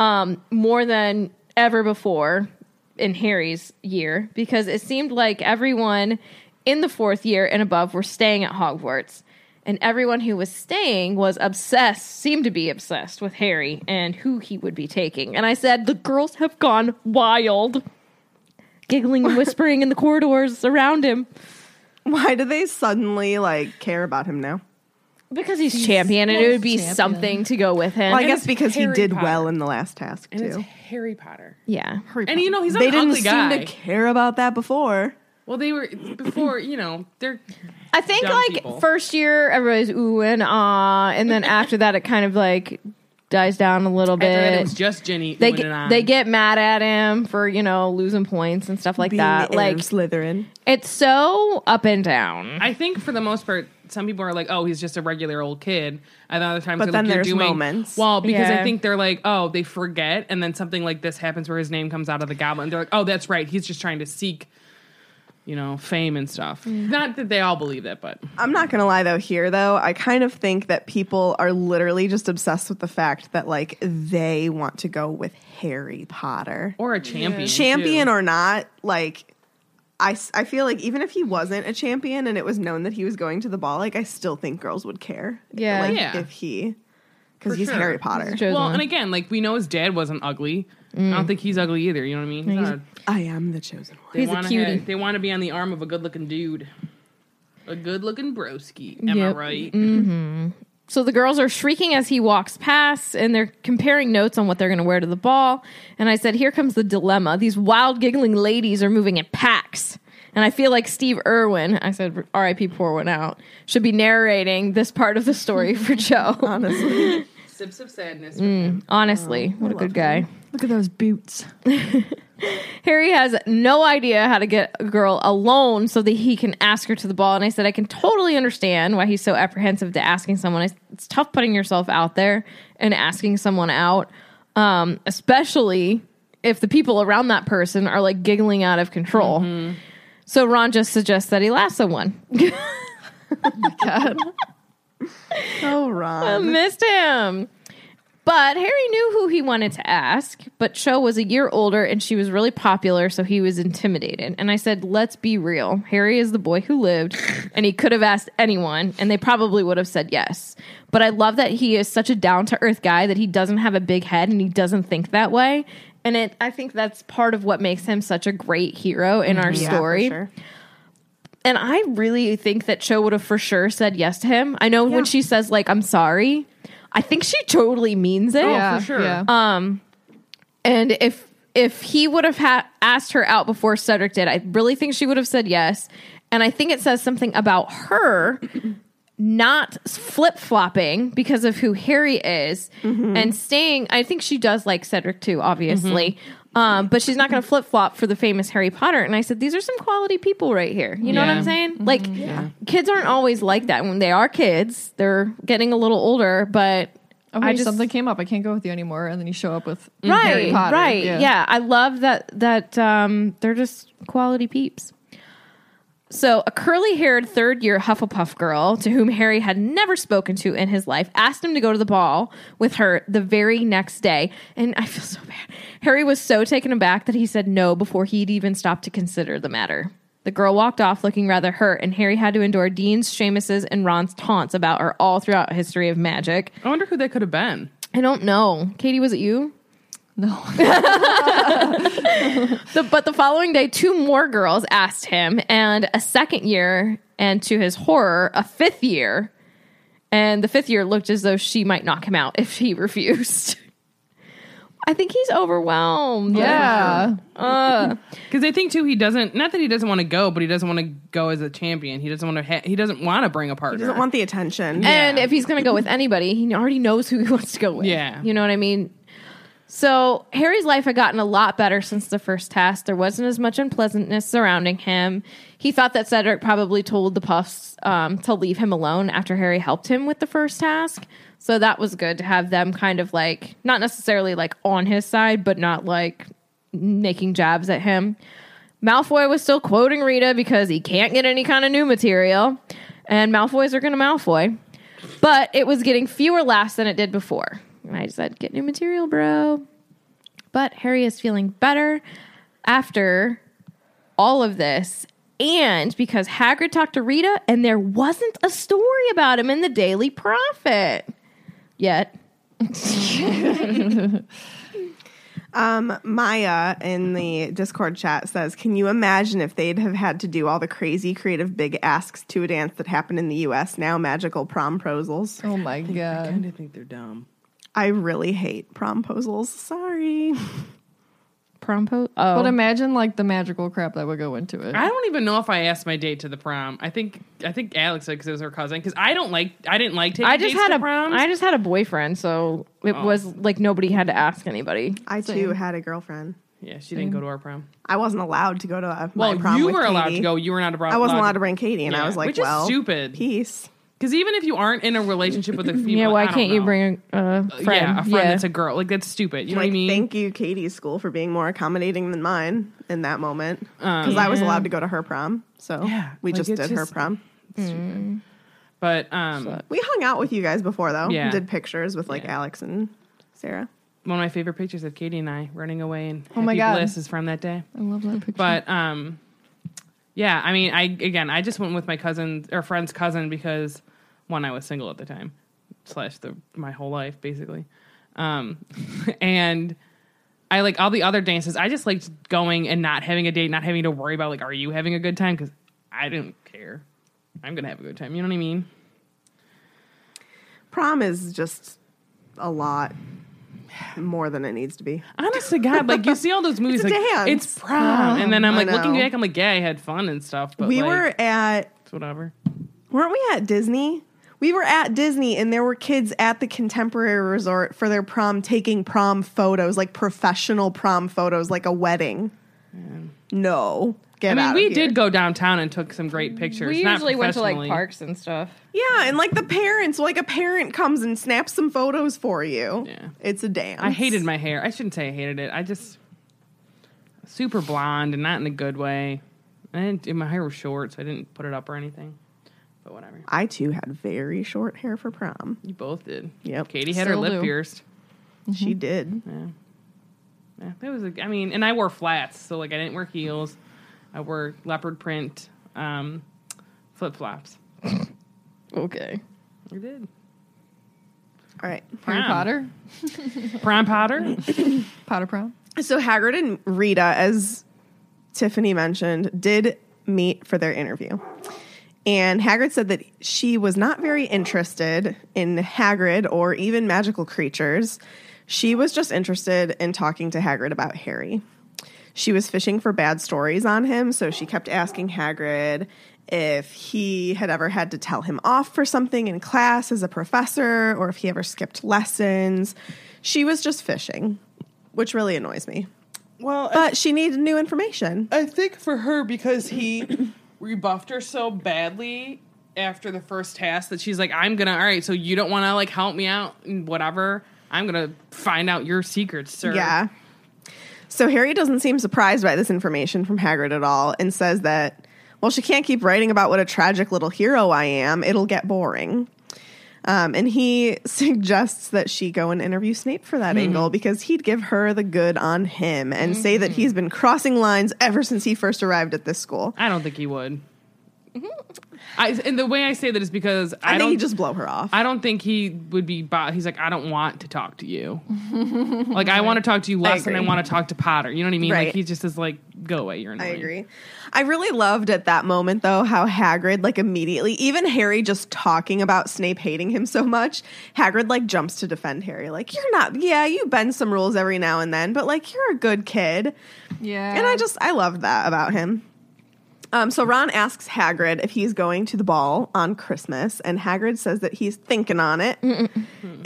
Speaker 1: um, more than ever before in Harry's year, because it seemed like everyone in the fourth year and above were staying at Hogwarts. And everyone who was staying was obsessed, seemed to be obsessed with Harry and who he would be taking. And I said, The girls have gone wild giggling and whispering in the corridors around him
Speaker 4: Why do they suddenly like care about him now?
Speaker 1: because he's, champion and it would be
Speaker 5: champion.
Speaker 1: something to go with him.
Speaker 4: Well, I
Speaker 2: And
Speaker 4: guess
Speaker 2: it's
Speaker 4: because
Speaker 2: Harry
Speaker 4: he did
Speaker 2: Potter.
Speaker 4: well in the last task
Speaker 2: and it's
Speaker 4: too.
Speaker 2: Harry Potter.
Speaker 1: yeah.
Speaker 2: And you know he's not
Speaker 4: They
Speaker 2: an
Speaker 4: didn't
Speaker 2: ugly
Speaker 4: seem
Speaker 2: guy.
Speaker 4: to care about that before.
Speaker 2: well, they were before. You know they're
Speaker 1: I think
Speaker 2: Dumb
Speaker 1: like
Speaker 2: people.
Speaker 1: first year everybody's ooh and ah and then after that it kind of like dies down a little
Speaker 2: after that, it
Speaker 1: bit.
Speaker 2: was just Ginny.
Speaker 1: They
Speaker 2: oohing and
Speaker 1: get,
Speaker 2: ahhing.
Speaker 1: they get mad at him for, you know, losing points and stuff like
Speaker 4: Being
Speaker 1: that.
Speaker 4: the heir
Speaker 1: Like
Speaker 4: of Slytherin.
Speaker 1: it's so up and down.
Speaker 2: I think for the most part, some people are like, "Oh, he's just a regular old kid," and other times,
Speaker 4: But
Speaker 2: they're
Speaker 4: then
Speaker 2: like, "You're
Speaker 4: there's
Speaker 2: doing
Speaker 4: moments.
Speaker 2: Well, because
Speaker 1: Yeah.
Speaker 2: I think they're like, "Oh, they forget," and then something like this happens where his name comes out of the goblet, and they're like, "Oh, that's right. He's just trying to seek." You know, fame and stuff.
Speaker 1: Mm.
Speaker 2: Not that they all believe that, but
Speaker 4: I'm not gonna lie though. Here though, I kind of think that people are literally just obsessed with the fact that like they want to go with Harry Potter,
Speaker 2: or a champion,
Speaker 4: champion
Speaker 2: too.
Speaker 4: or not. Like, I s- I feel like even if he wasn't a champion and it was known that he was going to the ball, like I still think girls would care.
Speaker 1: Yeah.
Speaker 4: like,
Speaker 2: Yeah.
Speaker 4: if he because
Speaker 2: For
Speaker 4: he's
Speaker 2: sure.
Speaker 4: Harry Potter.
Speaker 1: Chosen
Speaker 2: well,
Speaker 1: one. Mm.
Speaker 2: and again, like we know his dad wasn't ugly. I don't think he's ugly either. You know what I mean? He's not a-
Speaker 4: I am the chosen one.
Speaker 2: they
Speaker 1: He's a
Speaker 2: wanna
Speaker 1: cutie.
Speaker 2: have- they want to be on the arm of a good-looking dude, a good-looking broski. Am
Speaker 1: Yep. Mm.
Speaker 2: I right?
Speaker 1: So the girls are shrieking as he walks past and they're comparing notes on what they're going to wear to the ball. And I said, Here comes the dilemma. These wild, giggling ladies are moving in packs. And I feel like Steve Irwin, I said, RIP, poor one out, should be narrating this part of the story for Joe.
Speaker 4: Honestly,
Speaker 2: Sips of sadness.
Speaker 1: Mm. Honestly, what a good guy.
Speaker 5: look at those boots.
Speaker 1: Harry has no idea how to get a girl alone so that he can ask her to the ball. And I said, I can totally understand why he's so apprehensive to asking someone. It's- It's tough putting yourself out there and asking someone out, um, especially if the people around that person are like giggling out of control. So Ron just suggests that he lasso one.
Speaker 4: so
Speaker 2: Um,
Speaker 4: wrong.
Speaker 1: Um, missed him. But Harry knew who he wanted to ask, but Cho was a year older and she was really popular, so he was intimidated. And I said, let's be real. Harry is the boy who lived, and he could have asked anyone, and they probably would have said yes. But I love that he is such a down to earth guy that he doesn't have a big head and he doesn't think that way. And it, I think that's part of what makes him such a great hero in our
Speaker 4: Mm-hmm. Yeah, for
Speaker 1: story
Speaker 4: sure.
Speaker 1: and I really think that Cho would have for sure said yes to him. I know when she says like I'm sorry, I think she totally means it.
Speaker 5: yeah,
Speaker 2: sure.
Speaker 5: Yeah.
Speaker 1: And if if he would have ha- asked her out before Cedric did, I really think she would have said yes. And I think it says something about her not flip flopping because of who Harry is and staying. I think she does like Cedric too, obviously. Um, but she's not going to flip flop for the famous Harry Potter. And I said, these are some quality people right here. You know what
Speaker 2: Yeah.
Speaker 1: I'm saying? Like, kids aren't always like that. When they are kids, they're getting a little older, but
Speaker 5: okay,
Speaker 1: I just
Speaker 5: something came up. I can't go with you anymore. And then you show up with
Speaker 1: right,
Speaker 5: Harry Potter.
Speaker 1: Right. Yeah.
Speaker 5: Yeah.
Speaker 1: I love that that um they're just quality peeps. So, a curly haired third year Hufflepuff girl to whom Harry had never spoken to in his life asked him to go to the ball with her the very next day. And I feel so bad. Harry was so taken aback that he said no before he'd even stopped to consider the matter. The girl walked off looking rather hurt, and Harry had to endure Dean's, Seamus's, and Ron's taunts about her all throughout History of Magic.
Speaker 2: I wonder who that could have been.
Speaker 1: I don't know. Katie, was it you?
Speaker 5: No.
Speaker 1: The, but the following day, two more girls asked him, and a second year, and to his horror, a fifth year. And the fifth year looked as though she might knock him out if he refused. I think he's overwhelmed.
Speaker 5: yeah.
Speaker 2: Because I think too, he doesn't. Not that he doesn't want to go, but he doesn't want to go as a champion. He doesn't want to. Ha- he doesn't want to bring a partner.
Speaker 4: He doesn't want the attention.
Speaker 1: And if he's going to go with anybody, he already knows who he wants to go with.
Speaker 2: Yeah.
Speaker 1: You know what I mean? So Harry's life had gotten a lot better since the first task. There wasn't as much unpleasantness surrounding him. He thought that Cedric probably told the Puffs um, to leave him alone after Harry helped him with the first task. So that was good to have them kind of like, not necessarily like on his side, but not like making jabs at him. Malfoy was still quoting Rita because he can't get any kind of new material, and Malfoys are going to Malfoy. But it was getting fewer laughs than it did before. And I said, get new material, bro. But Harry is feeling better after all of this. And because Hagrid talked to Rita and there wasn't a story about him in the Daily Prophet yet.
Speaker 4: Maya in the Discord chat says, "Can you imagine if they'd have had to do all the crazy, creative, big asks to a dance that happened in the U.S. now? Magical promposals.
Speaker 5: Oh my god.
Speaker 2: I think they're dumb.
Speaker 4: I really hate promposals. Sorry.
Speaker 1: Prompo. Oh,
Speaker 5: But imagine like the magical crap that would go into it.
Speaker 2: I don't even know if I asked my date to the prom. I think I think Alex said because it was her cousin. Because I don't like. I didn't like taking.
Speaker 1: I just
Speaker 2: dates
Speaker 1: had
Speaker 2: to
Speaker 1: a
Speaker 2: proms. Oh.
Speaker 1: I just had a boyfriend, so it was like nobody had to ask anybody.
Speaker 4: I too had a girlfriend.
Speaker 2: yeah, she didn't go to our prom.
Speaker 4: I wasn't allowed to go to a, my
Speaker 2: Well,
Speaker 4: prom.
Speaker 2: you
Speaker 4: with
Speaker 2: were allowed
Speaker 4: Katie.
Speaker 2: to go. You were not abroad.
Speaker 4: I wasn't allowed to bring Katie, and I
Speaker 2: Yeah,
Speaker 4: was like,
Speaker 2: which is
Speaker 4: "Well,
Speaker 2: stupid.
Speaker 4: Peace."
Speaker 2: Because even if you aren't in a relationship with a female,
Speaker 1: Yeah,
Speaker 2: I
Speaker 1: why
Speaker 2: don't
Speaker 1: can't you
Speaker 2: know.
Speaker 1: bring a uh, friend?
Speaker 2: Yeah, a friend that's a girl. Like that's stupid. You know what I
Speaker 4: Like,
Speaker 2: mean?
Speaker 4: thank you, Katie's school, for being more accommodating than mine in that moment
Speaker 2: Um,
Speaker 4: because I was allowed to go to her prom. So
Speaker 2: Yeah,
Speaker 4: we
Speaker 2: like,
Speaker 4: just did
Speaker 2: it's
Speaker 4: her
Speaker 2: just-
Speaker 4: prom.
Speaker 2: but um, one
Speaker 4: We hung out with you guys before though.
Speaker 2: Yeah.
Speaker 4: Did pictures with like
Speaker 2: Yeah.
Speaker 4: Alex and Sarah.
Speaker 2: of my favorite pictures of Katie and I running away and
Speaker 5: Oh my
Speaker 2: happy
Speaker 5: God.
Speaker 2: bliss is from that day.
Speaker 5: I love that picture.
Speaker 2: But um, yeah, I mean, I again, I just went with my cousin or friend's cousin because one, I was single at the time, slash the my whole life basically, um, and I like all the other dances. I just liked going and not having a date, not having to worry about like, are you having a good time? Because I didn't care. I'm gonna have a good time. You know what I mean?
Speaker 4: Prom is just a lot more than it needs to be.
Speaker 2: Honest to God, like you see all those movies,
Speaker 4: a
Speaker 2: like
Speaker 4: dance. Oh,
Speaker 2: it's prom, and then I'm
Speaker 4: I
Speaker 2: like looking
Speaker 4: know.
Speaker 2: back, I'm like, yeah, I had fun and stuff, but
Speaker 4: we
Speaker 2: Uh, like,
Speaker 4: were at
Speaker 2: it's whatever.
Speaker 4: weren't we at Disney? We were at Disney and there were kids at the contemporary resort for their prom taking prom photos, like professional prom photos, like a wedding. No. Get
Speaker 2: I mean,
Speaker 4: out
Speaker 2: we
Speaker 4: of here.
Speaker 2: did go downtown and took some great pictures.
Speaker 1: We
Speaker 2: not
Speaker 1: usually went to like
Speaker 2: professionally.
Speaker 1: parks and stuff.
Speaker 4: Yeah, and like the parents, like a parent comes and snaps some photos for you.
Speaker 2: Yeah.
Speaker 4: It's a dance.
Speaker 2: I hated my hair. I shouldn't say I hated it. I just super blonde and not in a good way. I didn't. and My hair was short, so I didn't put it up or anything. But whatever.
Speaker 4: I too had very short hair for prom.
Speaker 2: You both did.
Speaker 4: Yep.
Speaker 2: Katie had her
Speaker 5: Still
Speaker 2: lip
Speaker 5: do.
Speaker 2: pierced. Mm-hmm.
Speaker 4: She did.
Speaker 2: Yeah, it was. A, I mean, and I wore flats, so like I didn't wear heels. I wore leopard print um, flip flops.
Speaker 1: Okay.
Speaker 2: I did.
Speaker 4: All right.
Speaker 5: Harry
Speaker 2: Prom.
Speaker 5: Potter?
Speaker 2: Prime Potter.
Speaker 5: Potter prom?
Speaker 4: So Hagrid and Rita, as Tiffany mentioned, did meet for their interview. And Hagrid said that she was not very interested in Hagrid or even magical creatures. She was just interested in talking to Hagrid about Harry. She was fishing for bad stories on him, so she kept asking Hagrid if he had ever had to tell him off for something in class as a professor or if he ever skipped lessons. She was just fishing, which really annoys me.
Speaker 6: Well, I-
Speaker 4: But she needed new information.
Speaker 6: I think for her because he rebuffed her so badly after the first task that she's like, I'm gonna all right, so you don't wanna like help me out and whatever. I'm gonna find out your secrets, sir.
Speaker 4: Yeah. So Harry doesn't seem surprised by this information from Hagrid at all and says that, well, she can't keep writing about what a tragic little hero I am. It'll get boring. Um, and he suggests that she go and interview Snape for that angle because he'd give her the good on him and say that he's been crossing lines ever since he first arrived at this school.
Speaker 2: I don't think he would. Mm-hmm. I, and the way I say that is because I,
Speaker 4: I, think
Speaker 2: don't
Speaker 4: he'd just blow her off.
Speaker 2: I don't think he would be. Bo- he's like, I don't want to talk to you. like, I want to talk to you less than I
Speaker 4: agree.
Speaker 2: want to talk to Potter. You know what I mean? Like,
Speaker 4: Right.
Speaker 2: he just is like, go away. You're
Speaker 4: I
Speaker 2: annoying.
Speaker 4: agree. I really loved at that moment though how Hagrid like immediately even Harry just talking about Snape hating him so much, Hagrid like jumps to defend Harry like you're not yeah, you bend some rules every now and then, but like you're a good kid.
Speaker 5: Yeah.
Speaker 4: And I just I loved that about him. Um, so Ron asks Hagrid if he's going to the ball on Christmas, and Hagrid says that he's thinking on it,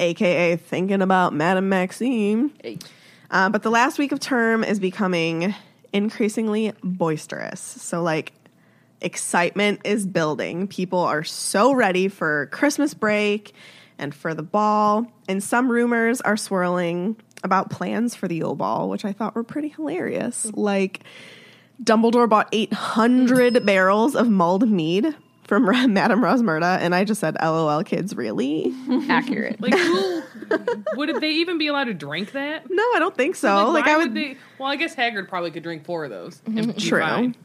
Speaker 4: aka thinking about Madame Maxime. Uh, but the last week of term is becoming increasingly boisterous. So like excitement is building. People are so ready for Christmas break and for the ball. And some rumors are swirling about plans for the Yule Ball, which I thought were pretty hilarious. Like Dumbledore bought 800 barrels of mulled mead from Madame Rosmerta, and I just said, LOL, kids, really?
Speaker 2: Mm-hmm.
Speaker 1: Accurate.
Speaker 2: Like, who would they even be allowed to drink that?
Speaker 4: No, I don't think so.
Speaker 2: Like,
Speaker 4: Like,
Speaker 2: why
Speaker 4: I
Speaker 2: would,
Speaker 4: would, Mm-hmm.
Speaker 2: they? Well, I guess Haggard probably could drink four of those. and be
Speaker 4: True.
Speaker 2: fine.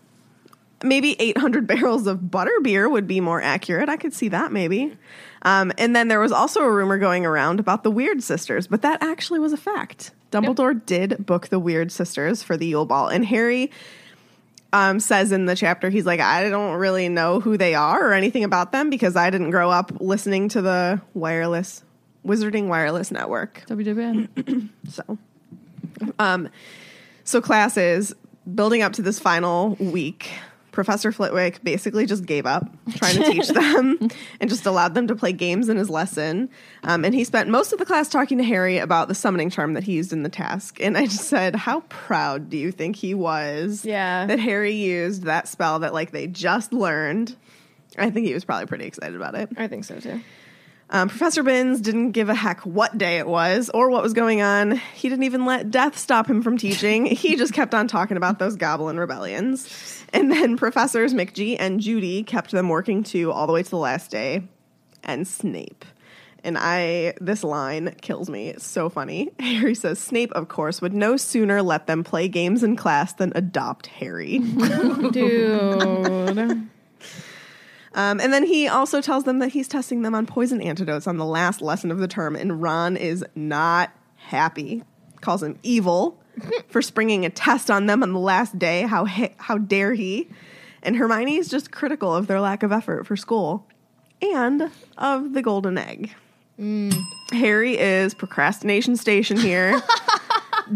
Speaker 4: maybe 800 barrels of butterbeer would be more accurate. I could see that maybe. Um, and then there was also a rumor going around about the Weird Sisters, but that actually was a fact. Dumbledore did book the Weird Sisters for the Yule Ball, and Harry um, says in the chapter, he's like, I don't really know who they are or anything about them because I didn't grow up listening to the wireless, Wizarding Wireless Network.
Speaker 5: WWN.
Speaker 4: So, um, so classes building up to this final week. Professor Flitwick basically just gave up trying to teach them and just allowed them to play games in his lesson. Um, and he spent most of the class talking to Harry about the summoning charm that he used in the task. And I just said, How proud do you think he was
Speaker 1: Yeah.
Speaker 4: that Harry used that spell that like they just learned? I think he was probably pretty excited about it.
Speaker 1: I think so too.
Speaker 4: Um, Professor Binns didn't give a heck what day it was or what was going on. He didn't even let death stop him from teaching. he just kept on talking about those goblin rebellions. And then Professors McGee and Judy kept them working too all the way to the last day. And Snape. And I, this line kills me. It's so funny. Harry says, Snape, of course, would no sooner let them play games in class than adopt Harry.
Speaker 1: Dude.
Speaker 4: Um, and then he also tells them that he's testing them on poison antidotes on the last lesson of the term, and Ron is not happy. Calls him evil for springing a test on them on the last day. How ha- how dare he? And Hermione is just critical of their lack of effort for school and of the golden egg. Harry is procrastination station here.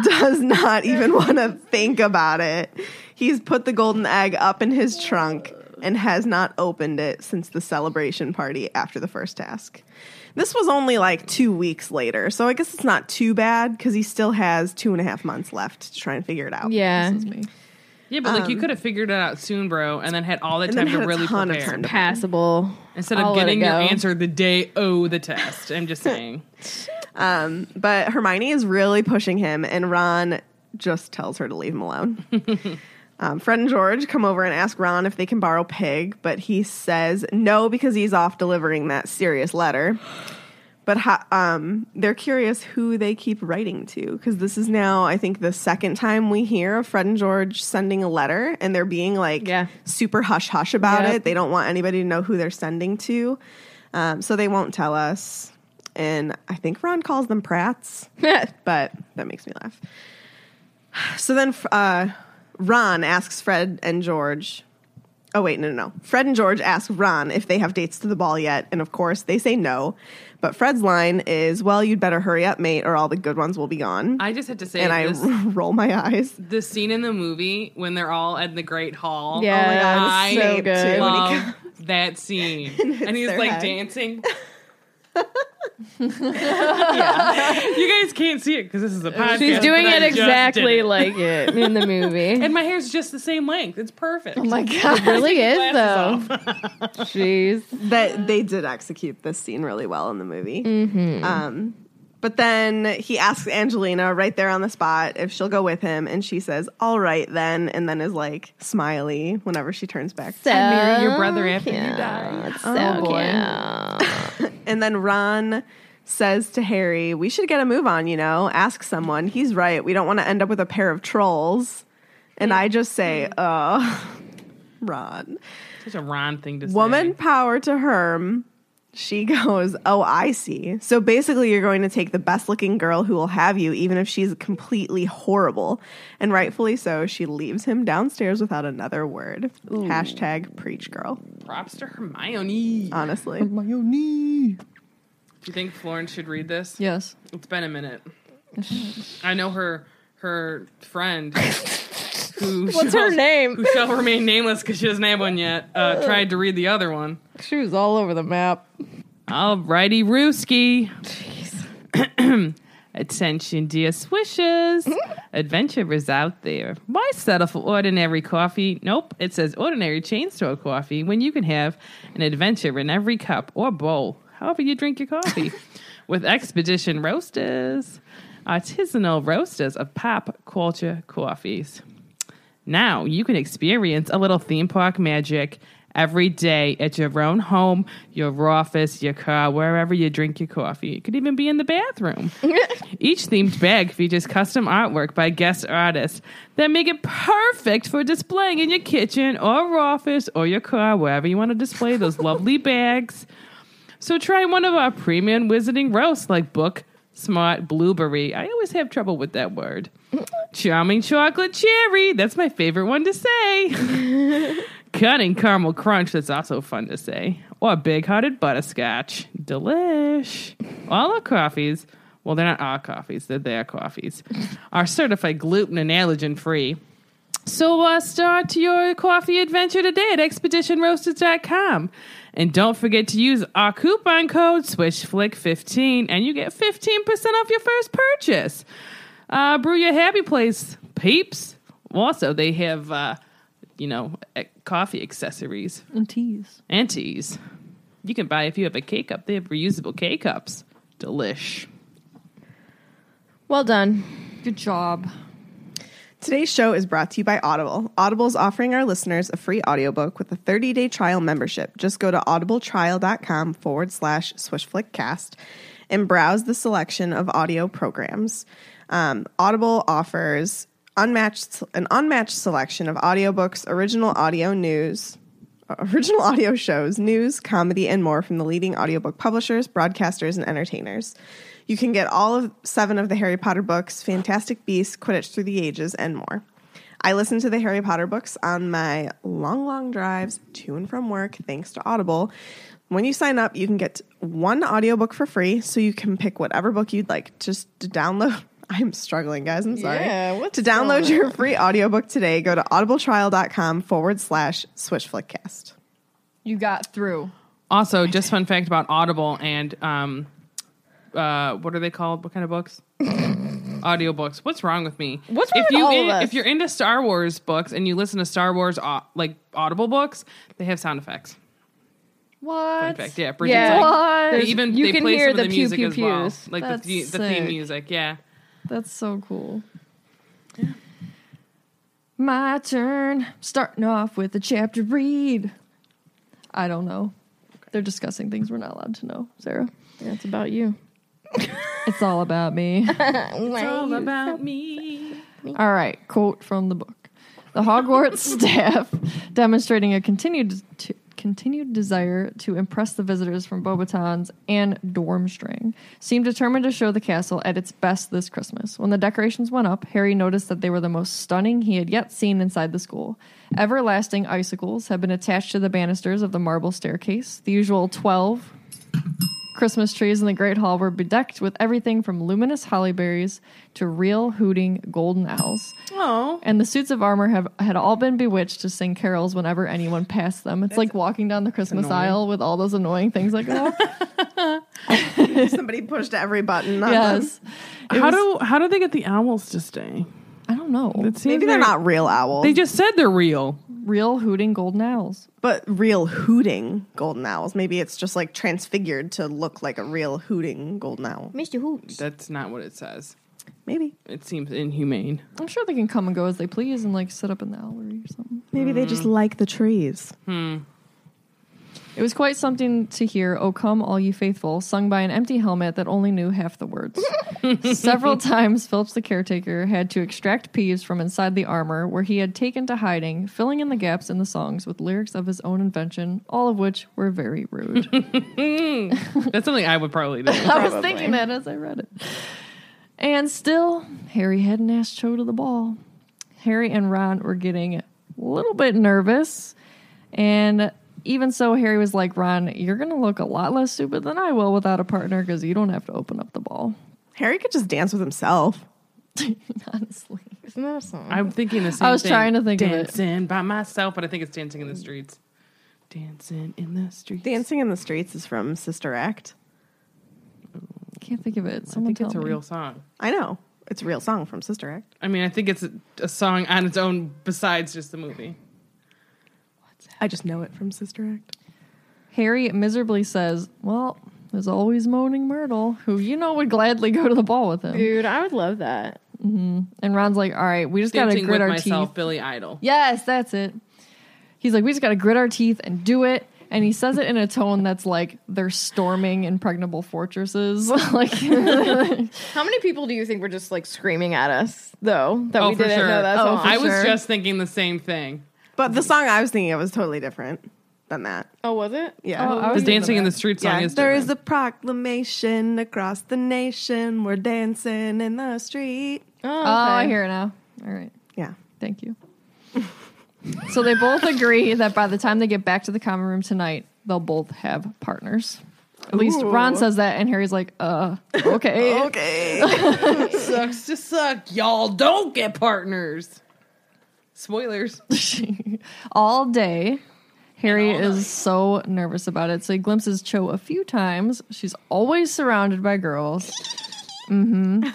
Speaker 4: does not even want to think about it. He's put the golden egg up in his trunk and has not opened it since the celebration party after the first task. This was only like two weeks later, so I guess it's not too bad because he still has two and a half months left to try and figure it out.
Speaker 1: Yeah.
Speaker 5: This is me.
Speaker 2: Yeah, but like you could have figured it out soon, bro, and then had all that
Speaker 4: Um, And
Speaker 2: time
Speaker 4: then
Speaker 2: to
Speaker 4: had a
Speaker 2: really
Speaker 4: ton of
Speaker 2: prepare
Speaker 4: time to
Speaker 1: Passable.
Speaker 2: instead of
Speaker 1: I'll let it
Speaker 2: getting your
Speaker 1: go.
Speaker 2: answer the day oh the test. I'm just saying.
Speaker 4: Um, but Hermione is really pushing him, and Ron just tells her to leave him alone. um, Fred and George come over and ask Ron if they can borrow Pig, but he says no because he's off delivering that serious letter. But ha- um, they're curious who they keep writing to because this is now, I think, the second time we hear of Fred and George sending a letter and they're being like
Speaker 1: Yeah.
Speaker 4: super hush hush about
Speaker 1: Yep.
Speaker 4: it. They don't want anybody to know who they're sending to. Um, so they won't tell us. And I think Ron calls them prats, but that makes me laugh. So then uh, Ron asks Fred and George Oh wait, no, no, no. Fred and George ask Ron if they have dates to the ball yet, and of course they say no. But Fred's line is, "Well, you'd better hurry up, mate, or all the good ones will be gone."
Speaker 2: I just had to say,
Speaker 4: and I
Speaker 2: this,
Speaker 4: roll my eyes.
Speaker 2: the scene in the movie when they're all at the Great Hall. Oh
Speaker 1: Yeah,
Speaker 2: I
Speaker 1: so good.
Speaker 2: love that scene. and, he's
Speaker 4: their
Speaker 2: like
Speaker 4: head.
Speaker 2: dancing. You guys can't see it because this is a podcast.
Speaker 1: She's doing
Speaker 2: but I
Speaker 1: it
Speaker 2: just did
Speaker 1: exactly
Speaker 2: it.
Speaker 1: like it in the movie.
Speaker 2: And my hair's just the same length. It's perfect.
Speaker 5: Oh my god.
Speaker 1: really is though. Jeez.
Speaker 4: That they did execute this scene really well in the movie. Um, but then he asks Angelina right there on the spot if she'll go with him, and she says, "All right then," and then is like smiley whenever she turns back.
Speaker 1: marry
Speaker 2: your brother after you die.
Speaker 1: It's so cute.
Speaker 4: And then Ron says to Harry, We should get a move on, you know, ask someone. He's right. We don't want to end up with a pair of trolls. And I just say, uh, Ron.
Speaker 2: Such a Ron thing to say.
Speaker 4: Woman power to Herm. She goes, Oh, I see. So basically, you're going to take the best looking girl who will have you, even if she's completely horrible. And rightfully so, she leaves him downstairs without another word. Hashtag preach girl,
Speaker 2: Props to Hermione.
Speaker 4: honestly.
Speaker 2: Do you think Florence should read this?
Speaker 5: Yes.
Speaker 2: It's been a minute. I know her her friend who
Speaker 1: What's her
Speaker 2: shall-
Speaker 1: name?
Speaker 2: who shall remain nameless because she doesn't have one yet, uh, tried to read the other one.
Speaker 1: She was all over the map.
Speaker 2: Alrighty, Rooski. Attention, dear swishers. Adventurers out there. Why settle for ordinary coffee? Nope, it says ordinary chain store coffee when you can have an adventure in every cup or bowl, however you drink your coffee. With Expedition Roasters, artisanal roasters of pop culture coffees. Now you can experience a little theme park magic every day at your own home, your office, your car, wherever you drink your coffee. It could even be in the bathroom. Each themed bag features custom artwork by guest artists that make it perfect for displaying in your kitchen or office or your car, wherever you want to display those lovely bags. So try one of our premium wizarding roasts like Book Smart Blueberry. I always have trouble with that word. Charming chocolate cherry. That's my favorite one to say. Cutting caramel crunch. That's also fun to say. Or big hearted butterscotch. Delish. All our coffees. Well, they're not our coffees. They're their coffees. Are certified gluten and allergen free. So uh, start your coffee adventure today at expeditionroasters.com. And don't forget to use our coupon code SwishFlick15 and you get 15% off your first purchase. Uh, brew your happy place, peeps. Also, they have, uh, you know, e- coffee accessories
Speaker 5: And teas.
Speaker 2: and teas. You can buy if you have a K cup. They have reusable K cups. Delish.
Speaker 1: Well done.
Speaker 5: Good job.
Speaker 4: Today's show is brought to you by Audible. Audible is offering our listeners a free audiobook with a 30-day trial membership. Just go to audibletrial.com forward slash swishflickcast and browse the selection of audio programs. Um, Audible offers unmatched an unmatched selection of audiobooks, original audio news, original audio shows, news, comedy, and more from the leading audiobook publishers, broadcasters, and entertainers. You can get all of seven of the Harry Potter books, Fantastic Beasts, Quidditch Through the Ages, and more. I listen to the Harry Potter books on my long, long drives to and from work thanks to Audible. When you sign up, you can get one audiobook for free, so you can pick whatever book you'd like. Just to download. I'm struggling, guys. I'm sorry.
Speaker 1: Oh, Yeah, what's
Speaker 4: to download your free audiobook today, go to audibletrial.com forward slash switchflickcast.
Speaker 5: You got through.
Speaker 2: Also, just fun fact about Audible and um, uh, what are they called? What kind of books? Audiobooks. What's wrong with me?
Speaker 1: What's wrong
Speaker 2: if
Speaker 1: with
Speaker 2: you
Speaker 1: all of us?
Speaker 2: If you're into Star Wars books and you listen to Star Wars au- like Audible books, they have sound effects.
Speaker 5: What?
Speaker 2: In fact, yeah, Bridget's
Speaker 1: Yeah.
Speaker 2: like-
Speaker 5: What?
Speaker 2: They even
Speaker 1: You
Speaker 2: they
Speaker 1: can
Speaker 2: play
Speaker 1: hear
Speaker 2: some of
Speaker 1: the
Speaker 2: the
Speaker 1: pew,
Speaker 2: music
Speaker 1: pew,
Speaker 2: as well,
Speaker 1: pews.
Speaker 2: like
Speaker 5: That's
Speaker 2: the, the, the theme
Speaker 5: sick.
Speaker 2: music. Yeah,
Speaker 5: That's so cool. My turn. Starting off with a chapter read. I don't know. They're discussing things we're not allowed to know, Sarah.
Speaker 1: That's about you.
Speaker 5: It's all about me.
Speaker 2: it's all about me.
Speaker 5: All right, quote from the book. The Hogwarts staff, demonstrating a continued t- continued desire to impress the visitors from Bobatons and Dormstring seemed determined to show the castle at its best this Christmas. When the decorations went up, Harry noticed that they were the most stunning he had yet seen inside the school. Everlasting icicles had been attached to the banisters of the marble staircase. The usual 12 Christmas trees in the Great Hall were bedecked with everything from luminous holly berries to real hooting golden owls.
Speaker 6: Oh,
Speaker 5: And the suits of armor have had all been bewitched to sing carols whenever anyone passed them. It's like walking down the Christmas aisle with all those annoying things like "Oh, that.
Speaker 4: Somebody pushed every button. On them.
Speaker 5: yes. It
Speaker 2: how
Speaker 5: was-
Speaker 2: do how do they get the owls to stay?
Speaker 5: I don't know.
Speaker 2: It seems
Speaker 4: Maybe they're
Speaker 2: like-
Speaker 4: not real owls,
Speaker 2: They just said they're real.
Speaker 5: Real hooting golden owls.
Speaker 4: but real hooting golden owls. Maybe it's just like transfigured to look like a real hooting golden owl.
Speaker 1: Mr. Hoots.
Speaker 2: That's not what it says.
Speaker 4: Maybe.
Speaker 2: It seems inhumane.
Speaker 5: I'm sure they can come and go as they please and like sit up in the owlery or something.
Speaker 4: Maybe they
Speaker 1: Hmm.
Speaker 4: just like the trees.
Speaker 5: It was quite something to hear, O Come All Ye Faithful, sung by an empty helmet that only knew half the words. Several times, Phillips the caretaker had to extract Peeves from inside the armor where he had taken to hiding, filling in the gaps in the songs with lyrics of his own invention, all of which were very rude.
Speaker 2: That's something I would probably do.
Speaker 5: I was thinking that as I read it. And still, Harry hadn't asked Cho to the ball. Harry and Ron were getting a little bit nervous. And even so, Harry was like, Ron, you're going to look a lot less stupid than I will without a partner because you don't have to open up the ball.
Speaker 4: Harry could just dance with himself.
Speaker 5: Honestly.
Speaker 1: Isn't that a song?
Speaker 2: I'm thinking the same
Speaker 5: was
Speaker 2: thing.
Speaker 5: trying to think of
Speaker 2: dancing
Speaker 5: it.
Speaker 2: by myself, but I think it's dancing in the streets. Dancing in the streets.
Speaker 4: Dancing in the streets is from Sister Act.
Speaker 5: Can't think of it.
Speaker 2: I
Speaker 5: Someone
Speaker 2: think
Speaker 5: tell
Speaker 2: it's a
Speaker 5: me.
Speaker 2: real song.
Speaker 4: I know. It's a real song from Sister Act.
Speaker 2: I mean, I think it's a, a song on its own besides just the movie.
Speaker 4: I just know it from Sister Act.
Speaker 5: Harry miserably says, Well, there's always Moaning Myrtle, who you know would gladly go to the ball with him.
Speaker 1: Dude, I would love that.
Speaker 5: And Ron's like, All right, we just got to
Speaker 2: Dancing
Speaker 5: grit
Speaker 2: with
Speaker 5: our
Speaker 2: myself,
Speaker 5: teeth.
Speaker 2: Billy Idol.
Speaker 5: Yes, that's it. He's like, we just got to grit our teeth and do it. And he says it in a tone that's like they're storming impregnable fortresses. like,
Speaker 1: How many people do you think were just like screaming at us though that
Speaker 2: Oh,
Speaker 1: we
Speaker 2: for
Speaker 1: didn't
Speaker 2: sure.
Speaker 1: know that
Speaker 5: Oh,
Speaker 1: song?
Speaker 5: for
Speaker 2: I was
Speaker 5: sure.
Speaker 2: just thinking the same thing.
Speaker 4: But the song I was thinking of was totally different than that.
Speaker 1: oh, was it?
Speaker 4: Yeah.
Speaker 5: Oh, I
Speaker 2: The
Speaker 5: was-
Speaker 2: dancing in the street song
Speaker 4: Yeah,
Speaker 2: is
Speaker 4: there
Speaker 2: different.
Speaker 4: is a proclamation across the nation. We're dancing in the street.
Speaker 1: Oh,
Speaker 5: oh, I hear it now. All right.
Speaker 4: Yeah.
Speaker 5: Thank you. so they both agree that by the time they get back to the common room tonight, they'll both have partners. At least Ron says that, and Harry's like, uh, okay.
Speaker 4: Okay.
Speaker 2: sucks to suck. Y'all don't get partners. Spoilers.
Speaker 5: all day. Harry is so nervous about it. So he glimpses Cho a few times. She's always surrounded by girls. hmm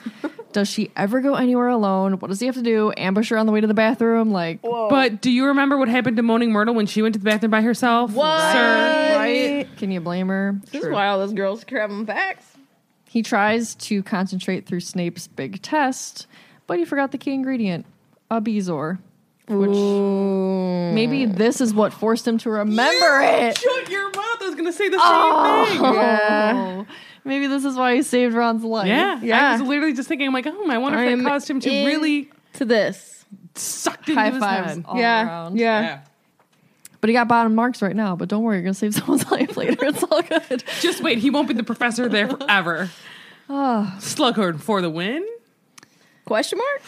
Speaker 5: Does she ever go anywhere alone? What does he have to do? Ambush her on the way to the bathroom? Like,
Speaker 2: But do you remember what happened to Moaning Myrtle when she went to the bathroom by herself? What?
Speaker 5: right? Can you blame her?
Speaker 1: This is why all those girls grab them backs.
Speaker 5: He tries to concentrate through Snape's big test, but he forgot the key ingredient, a bezoar. Which maybe this is what forced him to remember it.
Speaker 2: Your mouth I was going to say the same thing.
Speaker 5: Oh, maybe this is why he saved Ron's life.
Speaker 2: Yeah, I
Speaker 1: Yeah.
Speaker 2: was literally just thinking, I'm like, oh, I wonder if
Speaker 1: I'm
Speaker 2: that caused him to
Speaker 1: in-
Speaker 2: really
Speaker 1: To this.
Speaker 2: suck into
Speaker 5: High
Speaker 2: his
Speaker 5: fives
Speaker 2: head.
Speaker 5: all
Speaker 1: yeah.
Speaker 5: around.
Speaker 1: Yeah.
Speaker 2: Yeah.
Speaker 5: But he got bottom marks right now. But don't worry, you're going to save someone's life later. It's all good.
Speaker 2: Just wait, he won't be the professor there forever.
Speaker 1: Oh.
Speaker 2: Slughorn for the win.
Speaker 1: Question mark?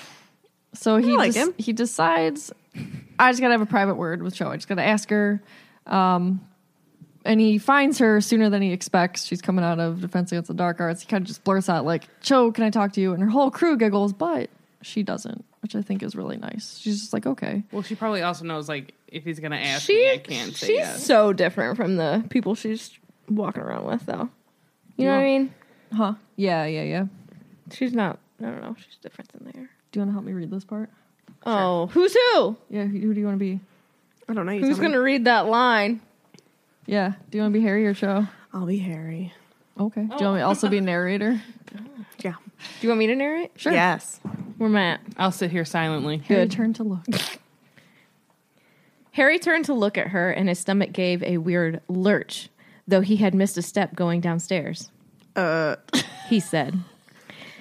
Speaker 5: So he
Speaker 4: like
Speaker 5: des-
Speaker 4: him.
Speaker 5: he decides, I just got to have a private word with Cho. I just got to ask her. Um, and he finds her sooner than he expects. She's coming out of Defense Against the Dark Arts. He kind of just blurts out, like, Cho, can I talk to you? And her whole crew giggles, but she doesn't, which I think is really nice. She's just like, okay.
Speaker 2: Well, she probably also knows, like, if he's going to ask
Speaker 1: She,
Speaker 2: me, I can't
Speaker 1: she's
Speaker 2: say yes.
Speaker 1: so different from the people she's walking around with though. You know what I mean?
Speaker 5: Huh. Yeah, yeah, yeah.
Speaker 1: She's not I don't know, she's different than there.
Speaker 5: Do you want to help me read this part?
Speaker 1: Oh, who's who?
Speaker 5: Yeah, who, who do you want to be?
Speaker 4: I don't know. You
Speaker 1: Who's
Speaker 4: tell me.
Speaker 1: gonna read that line?
Speaker 5: Yeah. Do you want to be Harry or Cho? Oh.
Speaker 4: I'll be Harry.
Speaker 5: Okay. Do you want me to also be narrator?
Speaker 4: Yeah.
Speaker 1: Do you want me to narrate?
Speaker 5: Sure.
Speaker 4: Yes.
Speaker 1: Where am I at?
Speaker 2: I'll sit here silently.
Speaker 5: Harry turn to look.
Speaker 1: Harry turned to look at her, and his stomach gave a weird lurch, though he had missed a step going downstairs. Uh, he said.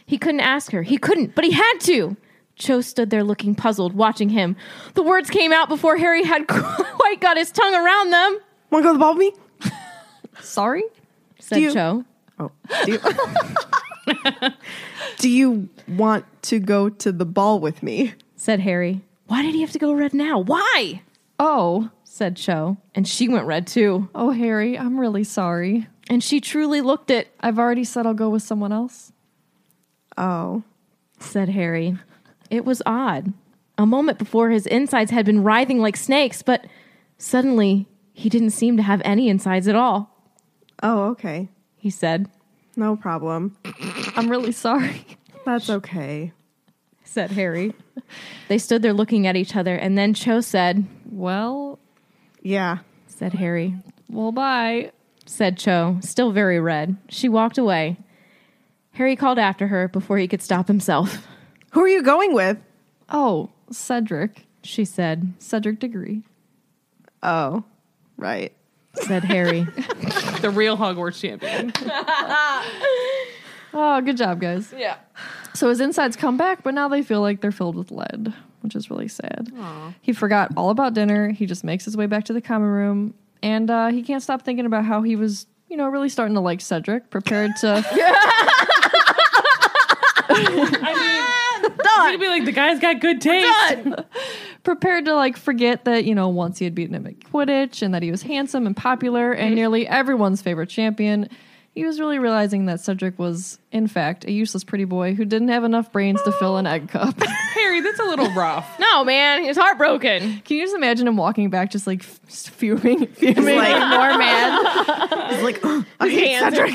Speaker 1: He couldn't ask her. He couldn't, but he had to. Cho stood there looking puzzled, watching him. The words came out before Harry had quite got his tongue around them.
Speaker 4: Want to go to the ball with me?
Speaker 5: Sorry?
Speaker 1: Said
Speaker 4: you-
Speaker 1: Cho.
Speaker 4: Oh, do you, do you want to go to the ball with me?
Speaker 1: Said Harry. Why did he have to go red now? Why?
Speaker 5: Oh,
Speaker 1: Said Cho. And she went red too.
Speaker 5: oh, Harry, I'm really sorry.
Speaker 1: And she truly looked it,
Speaker 5: I've already said I'll go with someone else.
Speaker 4: Oh,
Speaker 1: said Harry. It was odd. A moment before his insides had been writhing like snakes, but suddenly he didn't seem to have any insides at all,
Speaker 4: oh, okay,
Speaker 1: he said.
Speaker 4: no problem.
Speaker 5: I'm really sorry.
Speaker 4: That's okay.
Speaker 1: Said Harry. they stood there looking at each other, and then Cho said,
Speaker 5: Well,
Speaker 4: Yeah,
Speaker 1: said Harry.
Speaker 5: well, bye.
Speaker 1: said Cho, still very red. She walked away. Harry called after her before he could stop himself.
Speaker 4: who are you going with?
Speaker 5: Oh, Cedric.
Speaker 1: She said,
Speaker 5: Cedric Diggory.
Speaker 4: Oh, right.
Speaker 1: said Harry.
Speaker 2: The real Hogwarts champion.
Speaker 5: Oh, good job, guys.
Speaker 2: Yeah.
Speaker 5: So his insides come back, but now they feel like they're filled with lead, which is really sad. He forgot all about dinner. He just makes his way back to the common room, and uh, he can't stop thinking about how he was, you know, really starting to like Cedric, prepared to.
Speaker 2: He'd be like, the guy's got good taste.
Speaker 5: prepared to like forget that you know once he had beaten him at Quidditch and that he was handsome and popular and nearly everyone's favorite champion. He was really realizing that Cedric was, in fact, a useless pretty boy who didn't have enough brains to fill an egg cup.
Speaker 2: Harry, that's a little rough.
Speaker 1: no, man, he was heartbroken.
Speaker 5: Can you just imagine him walking back, just like f- just fuming, fuming?
Speaker 4: Like,
Speaker 1: More mad.
Speaker 4: it's like oh, I hate Cedric.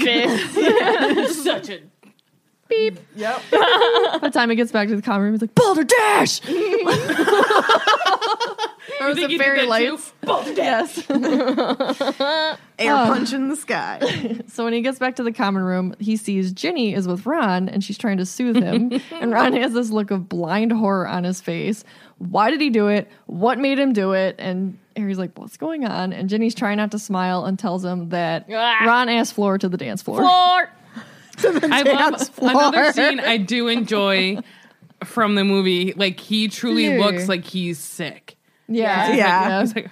Speaker 2: Such a
Speaker 5: By the time he gets back to the common room, he's like Boulder Dash.
Speaker 4: Throws the fairy lights.
Speaker 5: yes.
Speaker 4: Air punch in the sky.
Speaker 5: So when he gets back to the common room, he sees Ginny is with Ron and she's trying to soothe him. and Ron has this look of blind horror on his face. Why did he do it? What made him do it? And Harry's like, What's going on? And Ginny's trying not to smile and tells him that
Speaker 1: Ah.
Speaker 5: Ron asked Floor to the dance floor.
Speaker 1: Or
Speaker 2: I love
Speaker 4: floor.
Speaker 2: another scene I do enjoy from the movie. Like he truly
Speaker 1: Dude.
Speaker 2: looks like he's sick.
Speaker 5: Yeah.
Speaker 4: Yeah.
Speaker 5: He's like,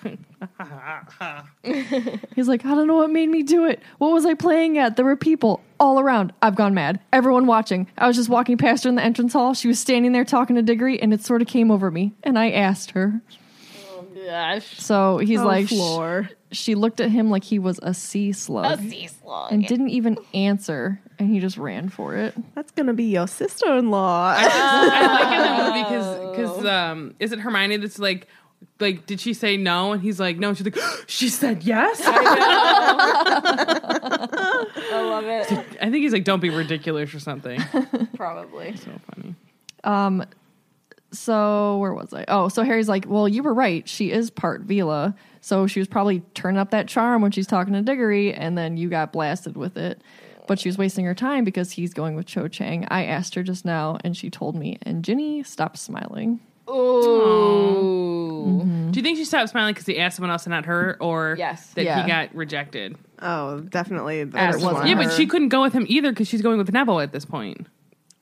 Speaker 5: He's like, I don't know what made me do it. What was I playing at? There were people all around. I've gone mad. Everyone watching. I was just walking past her in the entrance hall. She was standing there talking to Diggory, and it sort of came over me. And I asked her. So he's like, sh-
Speaker 4: Oh, floor.
Speaker 5: she looked at him like he was a sea slug and didn't even answer. And he just ran for it.
Speaker 4: That's gonna be your sister-in-law.
Speaker 2: I like in the movie because because um, is it Hermione that's like like did she say no and he's like no and she's like she said yes. I, love
Speaker 1: it.
Speaker 2: I think he's like don't be ridiculous or something.
Speaker 1: probably.
Speaker 2: So funny.
Speaker 5: So where was I? Oh, so Harry's like, well, you were right. She is part Vila. So she was probably turning up that charm when she's talking to Diggory, and then you got blasted with it. But she was wasting her time because he's going with Cho Chang. I asked her just now, and she told me. And Ginny stopped smiling.
Speaker 2: Do you think she stopped smiling because he asked someone else and not her, or
Speaker 1: Yes.
Speaker 2: that
Speaker 5: Yeah.
Speaker 2: he got rejected?
Speaker 4: oh, definitely. the
Speaker 5: As
Speaker 4: first
Speaker 5: was
Speaker 4: one.
Speaker 5: her.
Speaker 2: Yeah, but she couldn't go with him either because she's going with Neville at this point.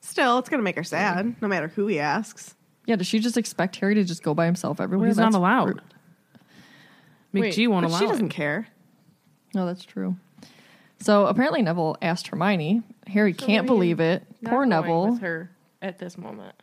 Speaker 4: Still, it's gonna make her sad, no matter who he asks.
Speaker 5: Yeah, does she just expect Harry to just go by himself everywhere?
Speaker 2: He's not
Speaker 5: That's
Speaker 2: allowed.
Speaker 1: Wait,
Speaker 2: McG won't
Speaker 4: But
Speaker 2: allow
Speaker 4: she
Speaker 2: it.
Speaker 4: doesn't care.
Speaker 5: No, that's true. So apparently Neville asked Hermione. Harry can't believe it. Poor Neville.
Speaker 7: her at this moment.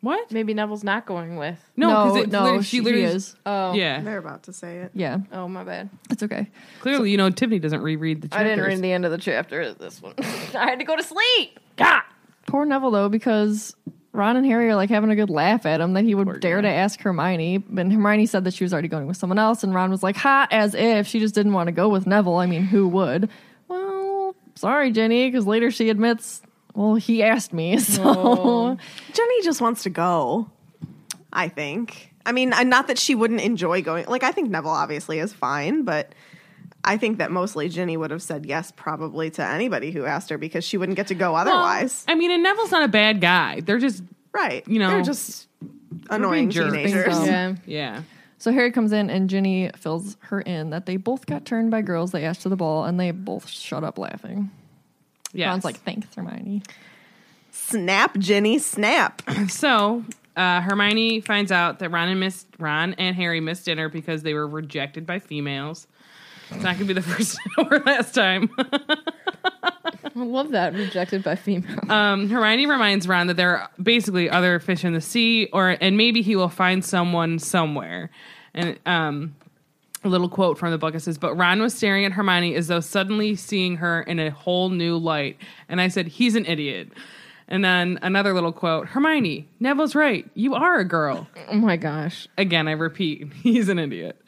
Speaker 2: What?
Speaker 7: Maybe Neville's not going with.
Speaker 2: No,
Speaker 5: no,
Speaker 2: because
Speaker 5: no, she,
Speaker 2: she
Speaker 5: he
Speaker 2: literally
Speaker 5: is.
Speaker 7: Oh,
Speaker 2: Yeah,
Speaker 4: They're about to say it.
Speaker 5: Yeah,
Speaker 7: oh, my bad.
Speaker 5: it's okay.
Speaker 2: clearly, you know, Tiffany doesn't reread the
Speaker 7: I
Speaker 2: chapters.
Speaker 7: didn't read the end of the chapter of this one. I had to go to sleep. God.
Speaker 5: Poor Neville though, because Ron and Harry are like having a good laugh at him that he would dare to ask Hermione. And Hermione said that she was already going with someone else, and Ron was like, "Ha!" As if she just didn't want to go with Neville. I mean, who would? Well, sorry, Jenny, because later she admits, "Well, he asked me." So Oh,
Speaker 4: Jenny just wants to go. I think. I mean, I- not that she wouldn't enjoy going. Like, I think Neville obviously is fine, but I think that mostly Ginny would have said yes probably to anybody who asked her because she wouldn't get to go otherwise.
Speaker 2: I mean, and Neville's not a bad guy. They're just
Speaker 4: right.
Speaker 2: you know,
Speaker 4: they're just annoying
Speaker 2: jerks.
Speaker 4: teenagers.
Speaker 5: Being
Speaker 1: Yeah.
Speaker 2: yeah.
Speaker 5: So Harry comes in and Ginny fills her in that they both got turned by girls they asked to the ball and they both shut up laughing.
Speaker 2: Yeah.
Speaker 1: Oh
Speaker 5: Ron's like, thanks, Hermione.
Speaker 4: Snap, Ginny, snap.
Speaker 2: so uh, Hermione finds out that Ron and Miss Ron and Harry missed dinner because they were rejected by females. It's not gonna be the first or last time.
Speaker 1: I love that rejected by female.
Speaker 2: Um, Hermione reminds Ron that there are basically other fish in the sea, or and maybe he will find someone somewhere. And um, a little quote from the book it says, "But Ron was staring at Hermione as though suddenly seeing her in a whole new light." And I said, "He's an idiot." And then another little quote: Hermione, Neville's right. You are a girl
Speaker 1: Oh my gosh.
Speaker 2: again, I repeat, he's an idiot.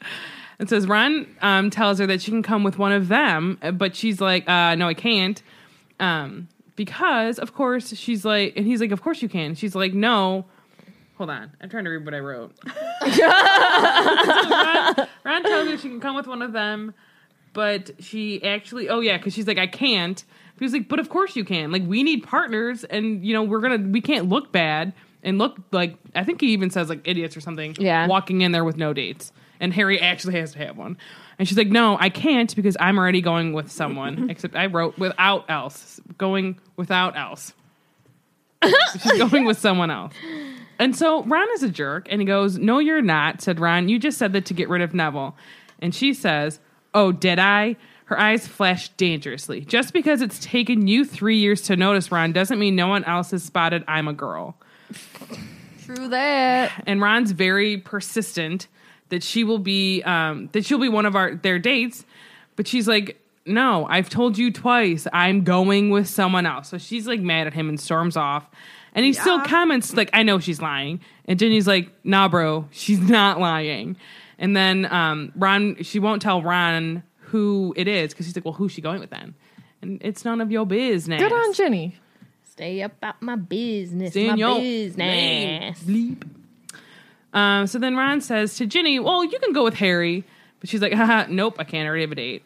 Speaker 2: And says Ron um, tells her that she can come with one of them, but she's like, uh, no, I can't. Um, because, of course, she's like, and he's like, of course you can. She's like, no. Hold on. I'm trying to read what I wrote. Ron, Ron tells her she can come with one of them, but she actually, oh yeah, because she's like, I can't. He was like, but of course you can. Like, we need partners, and you know, we're gonna, we can't look bad and look like. I think he even says like idiots or something.
Speaker 1: Yeah.
Speaker 2: walking in there with no dates, and Harry actually has to have one. And she's like, no, I can't because I'm already going with someone. Except I wrote without else, going without else. She's going with someone else. And so Ron is a jerk and he goes, No, you're not, said Ron. You just said that to get rid of Neville. And she says, Oh, did I? Her eyes flash dangerously. Just because it's taken you three years to notice Ron doesn't mean no one else has spotted I'm a girl.
Speaker 5: True that.
Speaker 2: And Ron's very persistent that she will be um, that she'll be one of our their dates, but she's like, No, I've told you twice, I'm going with someone else. So she's like mad at him and storms off. And he still comments like, "I know she's lying," and Ginny's like, "Nah, bro, she's not lying." And then um, Ron, she won't tell Ron who it is because he's like, "Well, who's she going with then?" And it's none of your business.
Speaker 5: Good on Jenny.
Speaker 1: Stay up out my business.
Speaker 2: It's in
Speaker 1: my
Speaker 2: your
Speaker 1: business.
Speaker 2: name, bleep. Um, so then Ron says to Ginny, "Well, you can go with Harry," but she's like, Haha, "Nope, I can't. I already have a date."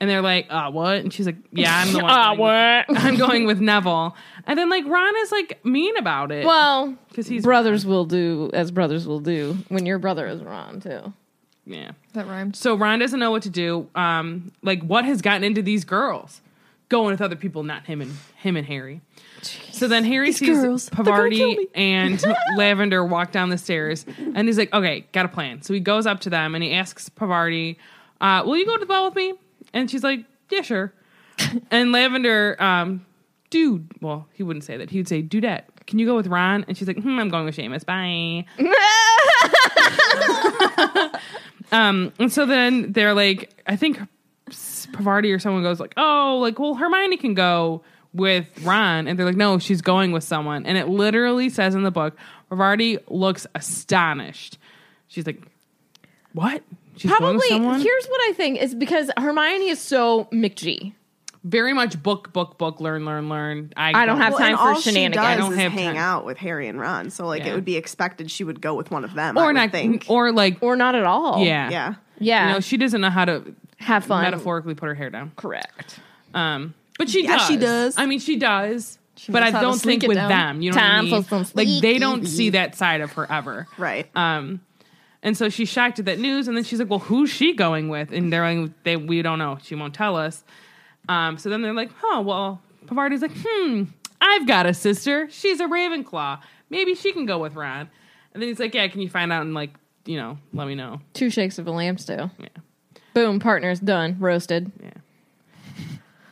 Speaker 2: And they're like, "Ah, what?" And she's like, "Yeah, I'm the
Speaker 1: Uh,
Speaker 2: one. going with- I'm going with Neville." And then like Ron is like mean about it.
Speaker 1: Well,
Speaker 2: 'Cause he's-
Speaker 1: brothers will do as brothers will do when your brother is wrong too.
Speaker 2: yeah.
Speaker 5: That rhymed.
Speaker 2: So Ron doesn't know what to do. Um, like what has gotten into these girls? Going with other people, not him and him and Harry. So then Harry sees
Speaker 5: girls, they're gonna kill
Speaker 2: Pavardi
Speaker 5: me.
Speaker 2: and Lavender walk down the stairs, and he's like, "Okay, got a plan." So he goes up to them and he asks Pavardi, uh, "Will you go to the ball with me?" And she's like, "Yeah, sure." and Lavender, um, dude, well, he wouldn't say that. He would say, "Dudette, can you go with Ron?" And she's like, hmm, "I'm going with Seamus. Bye." And so then they're like, I think Pavardi or someone goes like, oh, like well Hermione can go with Ron, and they're like, no, she's going with someone, and it literally says in the book, Pavardi looks astonished. She's like, what? She's going with
Speaker 1: Probably
Speaker 2: someone?
Speaker 1: here's what I think is because Hermione is so McG.
Speaker 2: Very much book, book, book. Learn, learn, learn.
Speaker 1: I don't have
Speaker 4: and
Speaker 1: time for
Speaker 4: all she
Speaker 1: shenanigans.
Speaker 4: does
Speaker 2: I don't
Speaker 4: is
Speaker 2: have
Speaker 4: hang
Speaker 2: time.
Speaker 4: out with Harry and Ron, so like
Speaker 2: Yeah.
Speaker 4: it would be expected she would go with one of them, I
Speaker 2: or
Speaker 4: would
Speaker 2: not,
Speaker 4: think.
Speaker 2: or like,
Speaker 1: Or not at all.
Speaker 2: yeah,
Speaker 4: yeah.
Speaker 1: Yeah.
Speaker 2: You know, she doesn't know how to
Speaker 1: Have fun.
Speaker 2: metaphorically put her hair down.
Speaker 1: Correct.
Speaker 2: Um, but she
Speaker 4: Yeah,
Speaker 2: does.
Speaker 4: she does.
Speaker 2: I mean, she does. but
Speaker 5: knows
Speaker 2: I
Speaker 5: how to
Speaker 2: don't
Speaker 5: sneak
Speaker 2: think
Speaker 5: it
Speaker 2: with
Speaker 5: down.
Speaker 2: them. You know, what I
Speaker 1: Time for
Speaker 2: mean?
Speaker 1: some
Speaker 2: like they don't see that side of her ever.
Speaker 4: Right.
Speaker 2: Um, and so she's shocked at that news, and then she's like, "Well, who's she going with?" And they're like, "They we don't know. She won't tell us." Um, so then they're like, "Oh, well." Pavardi's like, "Hmm, I've got a sister. She's a Ravenclaw. Maybe she can go with Ron." And then he's like, "Yeah, can you find out and like, you know, let me know."
Speaker 1: Two shakes of a lamb stew. Yeah. Boom, partners done, roasted.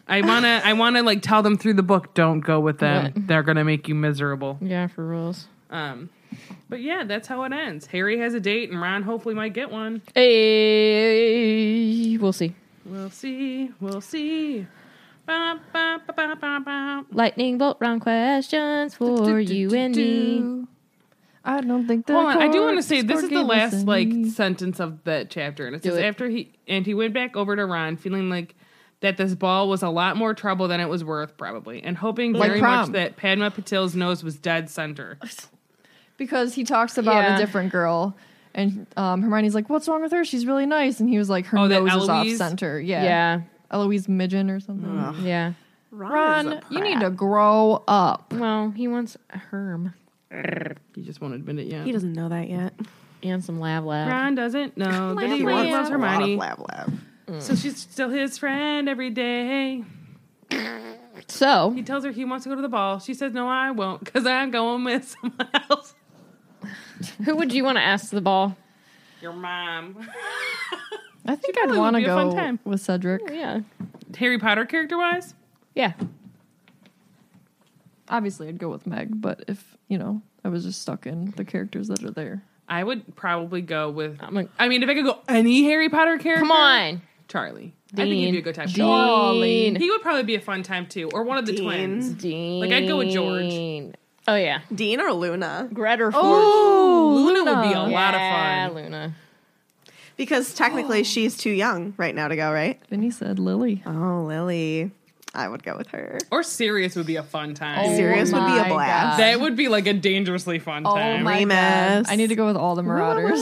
Speaker 2: I wanna, I wanna like tell them through the book, don't go with them. They're gonna make you miserable.
Speaker 1: Yeah, for rules.
Speaker 2: Um, but yeah, that's how it ends. Harry has a date, and Ron hopefully might get one.
Speaker 1: Hey, Eh, we'll see.
Speaker 2: We'll see. We'll see. Ba, ba, ba, ba, ba, ba.
Speaker 1: Lightning bolt round questions for you and me.
Speaker 5: I don't think that.
Speaker 2: Hold on, I do want to say this is the last like sentence of that chapter, and it says
Speaker 1: it.
Speaker 2: after he and he went back over to Ron, feeling like that this ball was a lot more trouble than it was worth, probably, and hoping
Speaker 5: Like
Speaker 2: very much
Speaker 5: prom.
Speaker 2: that Padma Patil's nose was dead center.
Speaker 5: because he talks about
Speaker 1: Yeah.
Speaker 5: a different girl, and um, Hermione's like, "What's wrong with her? She's really nice." And he was like, "Her
Speaker 2: Oh, that
Speaker 5: nose is off
Speaker 2: Eloise? Mm.
Speaker 5: center." Yeah,
Speaker 1: Yeah.
Speaker 5: Eloise Midgen or something.
Speaker 1: Yeah.
Speaker 4: Ron, is
Speaker 5: Ron, you need to grow up.
Speaker 1: Well, he wants a Herm
Speaker 2: He just won't admit it yet.
Speaker 4: a- he doesn't know that yet.
Speaker 1: and some Lav Lav.
Speaker 2: Ron doesn't know that he
Speaker 4: He
Speaker 2: really loves
Speaker 4: wants a lot of
Speaker 2: Hermione,
Speaker 4: lab lab.
Speaker 2: so she's still his friend every day.
Speaker 1: So,
Speaker 2: He tells her he wants to go to the ball. She says, "No, I won't, because I'm going with someone else."
Speaker 7: Who would you want to ask to the ball?
Speaker 2: Your mom.
Speaker 5: I think
Speaker 2: probably
Speaker 5: I'd
Speaker 2: would
Speaker 5: want to
Speaker 2: be a fun
Speaker 5: go
Speaker 2: time.
Speaker 5: with Cedric.
Speaker 7: Yeah.
Speaker 2: Harry Potter character wise?
Speaker 7: Yeah.
Speaker 5: Obviously, I'd go with Meg, but if you know, I was just stuck in the characters that are there.
Speaker 2: I would probably go with.
Speaker 7: I'm like,
Speaker 2: I mean, if I could go any Harry Potter character,
Speaker 7: come on.
Speaker 2: Charlie. I think he'd
Speaker 7: Dean.
Speaker 2: be a good time.
Speaker 7: Dean.
Speaker 2: He would probably be a fun time too, or one of the
Speaker 4: Dean.
Speaker 2: twins.
Speaker 7: Dean.
Speaker 2: Like, I'd go with George.
Speaker 7: Dean. Oh yeah.
Speaker 4: Dean or Luna?
Speaker 7: Greta or
Speaker 5: Oh,
Speaker 2: Luna would be a lot of
Speaker 7: yeah,
Speaker 2: fun.
Speaker 7: Luna.
Speaker 4: Because technically she's too young right now to go, right?
Speaker 5: Vinny said Lily.
Speaker 4: Oh, Lily. I would go with her.
Speaker 2: Or Sirius would be a fun time.
Speaker 4: Sirius would be a
Speaker 5: my
Speaker 4: blast.
Speaker 5: God.
Speaker 2: That would be like a dangerously fun time.
Speaker 5: my
Speaker 4: Remus.
Speaker 5: I need to go with all the Marauders.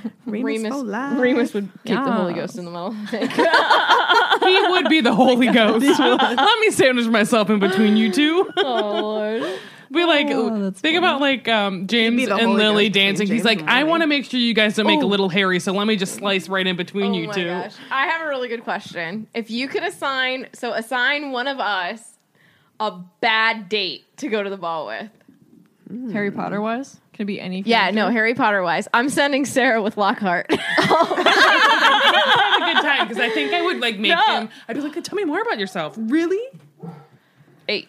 Speaker 4: Remus.
Speaker 7: Remus.
Speaker 4: for life.
Speaker 7: Remus would kick the Holy
Speaker 5: Yes.
Speaker 7: Ghost in the middle.
Speaker 2: he would
Speaker 4: Oh
Speaker 2: be the Holy Ghost. Let me sandwich myself in between you two.
Speaker 7: oh Lord.
Speaker 2: We like
Speaker 4: Oh,
Speaker 5: that's
Speaker 2: think about like um, James
Speaker 4: be the
Speaker 2: and
Speaker 4: Holy
Speaker 2: Lily
Speaker 4: Ghost between
Speaker 2: dancing.
Speaker 4: James
Speaker 2: He's like,
Speaker 4: and
Speaker 2: I
Speaker 4: Lily." Oh
Speaker 2: want to make sure you guys don't make a little Harry, so let me just slice right in between you
Speaker 7: oh my
Speaker 2: two.
Speaker 7: gosh. I have a really good question. If you could assign, so assign one of us a bad date to go to the ball with.
Speaker 5: Harry Potter wise, could it be any.
Speaker 7: Yeah,
Speaker 5: character?
Speaker 7: no, Harry Potter wise. I'm sending Sarah with Lockhart.
Speaker 2: Have a good time because I think I would like make
Speaker 7: No.
Speaker 2: him. I'd be like, tell me more about yourself. Really?
Speaker 7: Eight.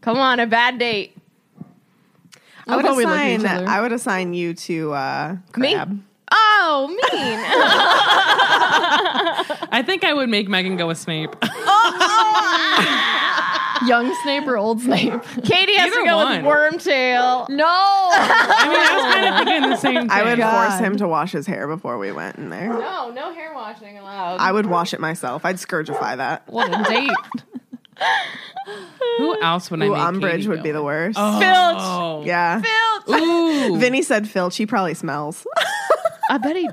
Speaker 7: Come on, a bad date.
Speaker 4: I would
Speaker 5: thought we liked each
Speaker 4: assign.
Speaker 5: other.
Speaker 4: I would assign you to uh, crab.
Speaker 7: Me? Oh, mean.
Speaker 2: I think I would make Megan go with Snape.
Speaker 5: Young Snape or old Snape?
Speaker 7: Katie has
Speaker 2: Either
Speaker 7: to go
Speaker 2: one.
Speaker 7: with Wormtail.
Speaker 5: no!
Speaker 2: I mean, I was kind of thinking the same thing.
Speaker 4: Oh. I would
Speaker 5: God.
Speaker 4: force him to wash his hair before we went in there.
Speaker 7: No, no hair washing allowed.
Speaker 4: I would wash it myself. I'd scourgify that.
Speaker 5: What a date.
Speaker 2: Who else would I
Speaker 4: Ooh,
Speaker 2: make?
Speaker 4: Umbridge
Speaker 2: Katie
Speaker 4: would be
Speaker 2: go
Speaker 4: the
Speaker 2: with?
Speaker 4: worst.
Speaker 7: Filch.
Speaker 2: Oh.
Speaker 4: Yeah.
Speaker 7: Filch.
Speaker 2: Ooh.
Speaker 4: Vinny said Filch. He probably smells.
Speaker 7: I bet he.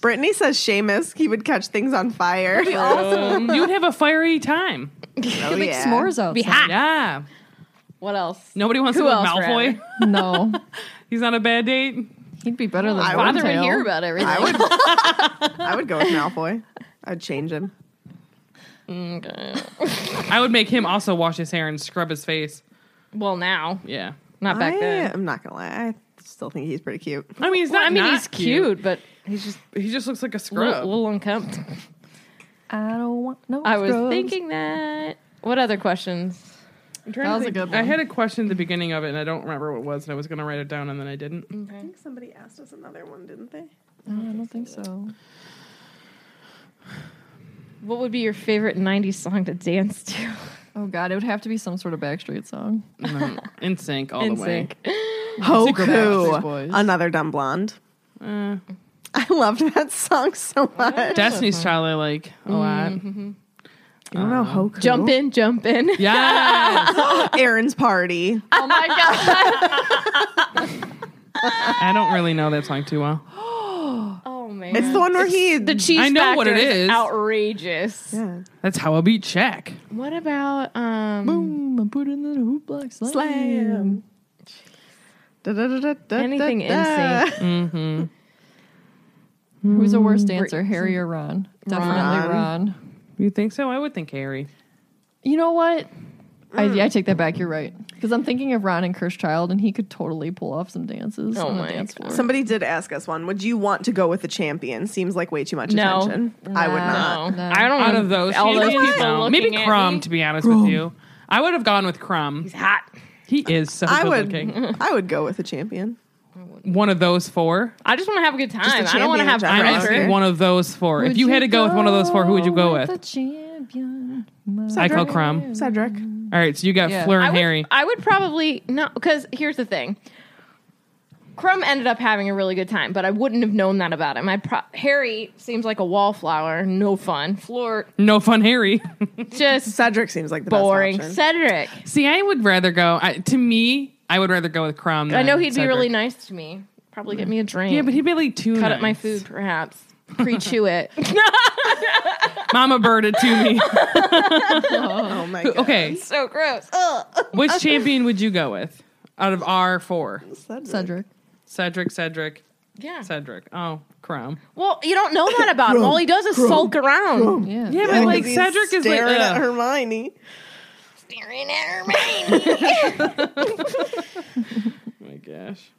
Speaker 4: Brittany says Seamus. He would catch things on fire. oh,
Speaker 2: Um, you would have a fiery time.
Speaker 5: Make
Speaker 4: yeah.
Speaker 5: s'mores out.
Speaker 4: Ah.
Speaker 2: Yeah.
Speaker 7: What else?
Speaker 2: Nobody wants
Speaker 7: Who
Speaker 2: to go with
Speaker 7: else,
Speaker 2: Malfoy.
Speaker 5: No.
Speaker 2: He's not a bad date.
Speaker 5: He'd be better than
Speaker 4: I
Speaker 5: Wormtail.
Speaker 4: would
Speaker 7: Father would hear about everything.
Speaker 4: I would. I would go with Malfoy. I'd change him.
Speaker 7: Okay.
Speaker 2: I would make him also wash his hair and scrub his face.
Speaker 7: Well, now,
Speaker 2: Yeah.
Speaker 7: not back
Speaker 4: I,
Speaker 7: then.
Speaker 4: am not gonna lie. I still think he's pretty cute.
Speaker 2: I mean, he's
Speaker 7: Well,
Speaker 2: not.
Speaker 7: I mean,
Speaker 2: not
Speaker 7: he's cute, but he's just
Speaker 2: He just looks like a
Speaker 7: a little,
Speaker 2: scrub.
Speaker 7: little unkempt.
Speaker 5: I don't want no.
Speaker 7: I was
Speaker 5: scrubs.
Speaker 7: thinking that. What other questions?
Speaker 2: I'm trying to
Speaker 5: that was a
Speaker 2: think.
Speaker 5: good
Speaker 2: I
Speaker 5: one.
Speaker 2: had a question at the beginning of it, and I don't remember what it was, and I was going to write it down, and then I didn't.
Speaker 4: I think somebody asked us another one, didn't they?
Speaker 5: No, I don't think so.
Speaker 7: What would be your favorite '90s song to dance to?
Speaker 5: Oh god, it would have to be some sort of Backstreet song.
Speaker 2: And then In sync all the way.
Speaker 7: NSYNC.
Speaker 5: Backstreet
Speaker 4: Hoku,
Speaker 5: Boys.
Speaker 4: another dumb blonde.
Speaker 5: Mm.
Speaker 2: Uh,
Speaker 4: I loved that song so much. I
Speaker 2: Destiny's Child, I like a lot.
Speaker 4: don't know Hoku.
Speaker 7: Jump in, jump in.
Speaker 2: Yes,
Speaker 4: Aaron's party.
Speaker 7: Oh my god.
Speaker 2: I don't really know that song too well.
Speaker 7: Oh man.
Speaker 4: It's the one where he
Speaker 7: the cheese.
Speaker 2: I know what
Speaker 7: factor
Speaker 2: it is.
Speaker 7: Outrageous.
Speaker 4: Yeah.
Speaker 2: That's how I beat Shaq.
Speaker 7: What about um?
Speaker 5: Boom! I put in the hoop block slam.
Speaker 4: Slam. Da, da, da, da, da,
Speaker 7: Anything
Speaker 4: da, da.
Speaker 7: NSYNC.
Speaker 5: Who's the worst dancer, Harry or Ron? Definitely
Speaker 4: Ron.
Speaker 5: Ron.
Speaker 2: You think so? I would think Harry.
Speaker 5: You know what? I, yeah, I take that back. You're right. Because I'm thinking of Ron and Cursed Child, and he could totally pull off some dances
Speaker 7: Oh
Speaker 5: on the
Speaker 7: my
Speaker 5: dance
Speaker 7: God.
Speaker 5: floor.
Speaker 4: Somebody did ask us one. Would you want to go with the champion? Seems like way too much
Speaker 7: No.
Speaker 4: attention. I would not.
Speaker 7: No,
Speaker 5: No.
Speaker 7: I don't.
Speaker 2: Out
Speaker 7: know
Speaker 2: of those,
Speaker 7: all those
Speaker 2: champions,
Speaker 7: people
Speaker 2: no.
Speaker 7: Um, looking
Speaker 2: maybe
Speaker 7: at
Speaker 2: Crumb.
Speaker 7: me.
Speaker 2: To be honest with you, I would have gone with Crumb.
Speaker 7: hot.
Speaker 2: He is so
Speaker 4: I
Speaker 2: good
Speaker 4: would.
Speaker 2: looking.
Speaker 4: I would go with the champion.
Speaker 2: One of those four.
Speaker 7: I just want to have a good time. I
Speaker 4: champion
Speaker 7: don't want to
Speaker 4: in
Speaker 7: have
Speaker 4: general.
Speaker 2: I'm
Speaker 4: Right.
Speaker 2: asking
Speaker 7: pressure.
Speaker 2: one of those four. if
Speaker 5: Would
Speaker 2: you had to go with one of those four, who would you go with?
Speaker 5: The champion.
Speaker 2: I call Crumb.
Speaker 4: Cedric.
Speaker 2: All right, so you got
Speaker 5: Yeah.
Speaker 2: Fleur
Speaker 7: I
Speaker 2: and
Speaker 7: would,
Speaker 2: Harry.
Speaker 7: I would probably no, because here's the thing. Crumb ended up having a really good time, but I wouldn't have known that about him. I pro- Harry seems like a wallflower, no fun. Floor
Speaker 2: No fun, Harry.
Speaker 7: just
Speaker 4: Cedric seems like the
Speaker 7: boring.
Speaker 4: best option.
Speaker 7: Cedric,
Speaker 2: See, I would rather go. I, to me, I would rather go with Crumb.
Speaker 7: I
Speaker 2: than
Speaker 7: know he'd
Speaker 2: Cedric.
Speaker 7: be really nice to me. Probably get me a drink.
Speaker 2: Yeah, but he'd be like too.
Speaker 7: cut up my
Speaker 2: nice.
Speaker 7: food, perhaps. Pre-chew it.
Speaker 2: Mama bird it to me.
Speaker 4: oh my god.
Speaker 2: okay,
Speaker 7: so gross. Ugh.
Speaker 2: which champion would you go with out of our four?
Speaker 4: Cedric.
Speaker 5: Cedric.
Speaker 2: Cedric, Cedric,
Speaker 7: Yeah.
Speaker 2: Cedric. Oh, Crumb.
Speaker 7: Well, you don't know that about him. All he does is sulk around.
Speaker 2: Yeah,
Speaker 5: Yeah.
Speaker 4: Yeah,
Speaker 2: but like
Speaker 4: 'cause he's
Speaker 2: Cedric is like
Speaker 4: staring at
Speaker 2: ugh.
Speaker 4: Hermione.
Speaker 8: staring at her mane.
Speaker 2: Oh my gosh.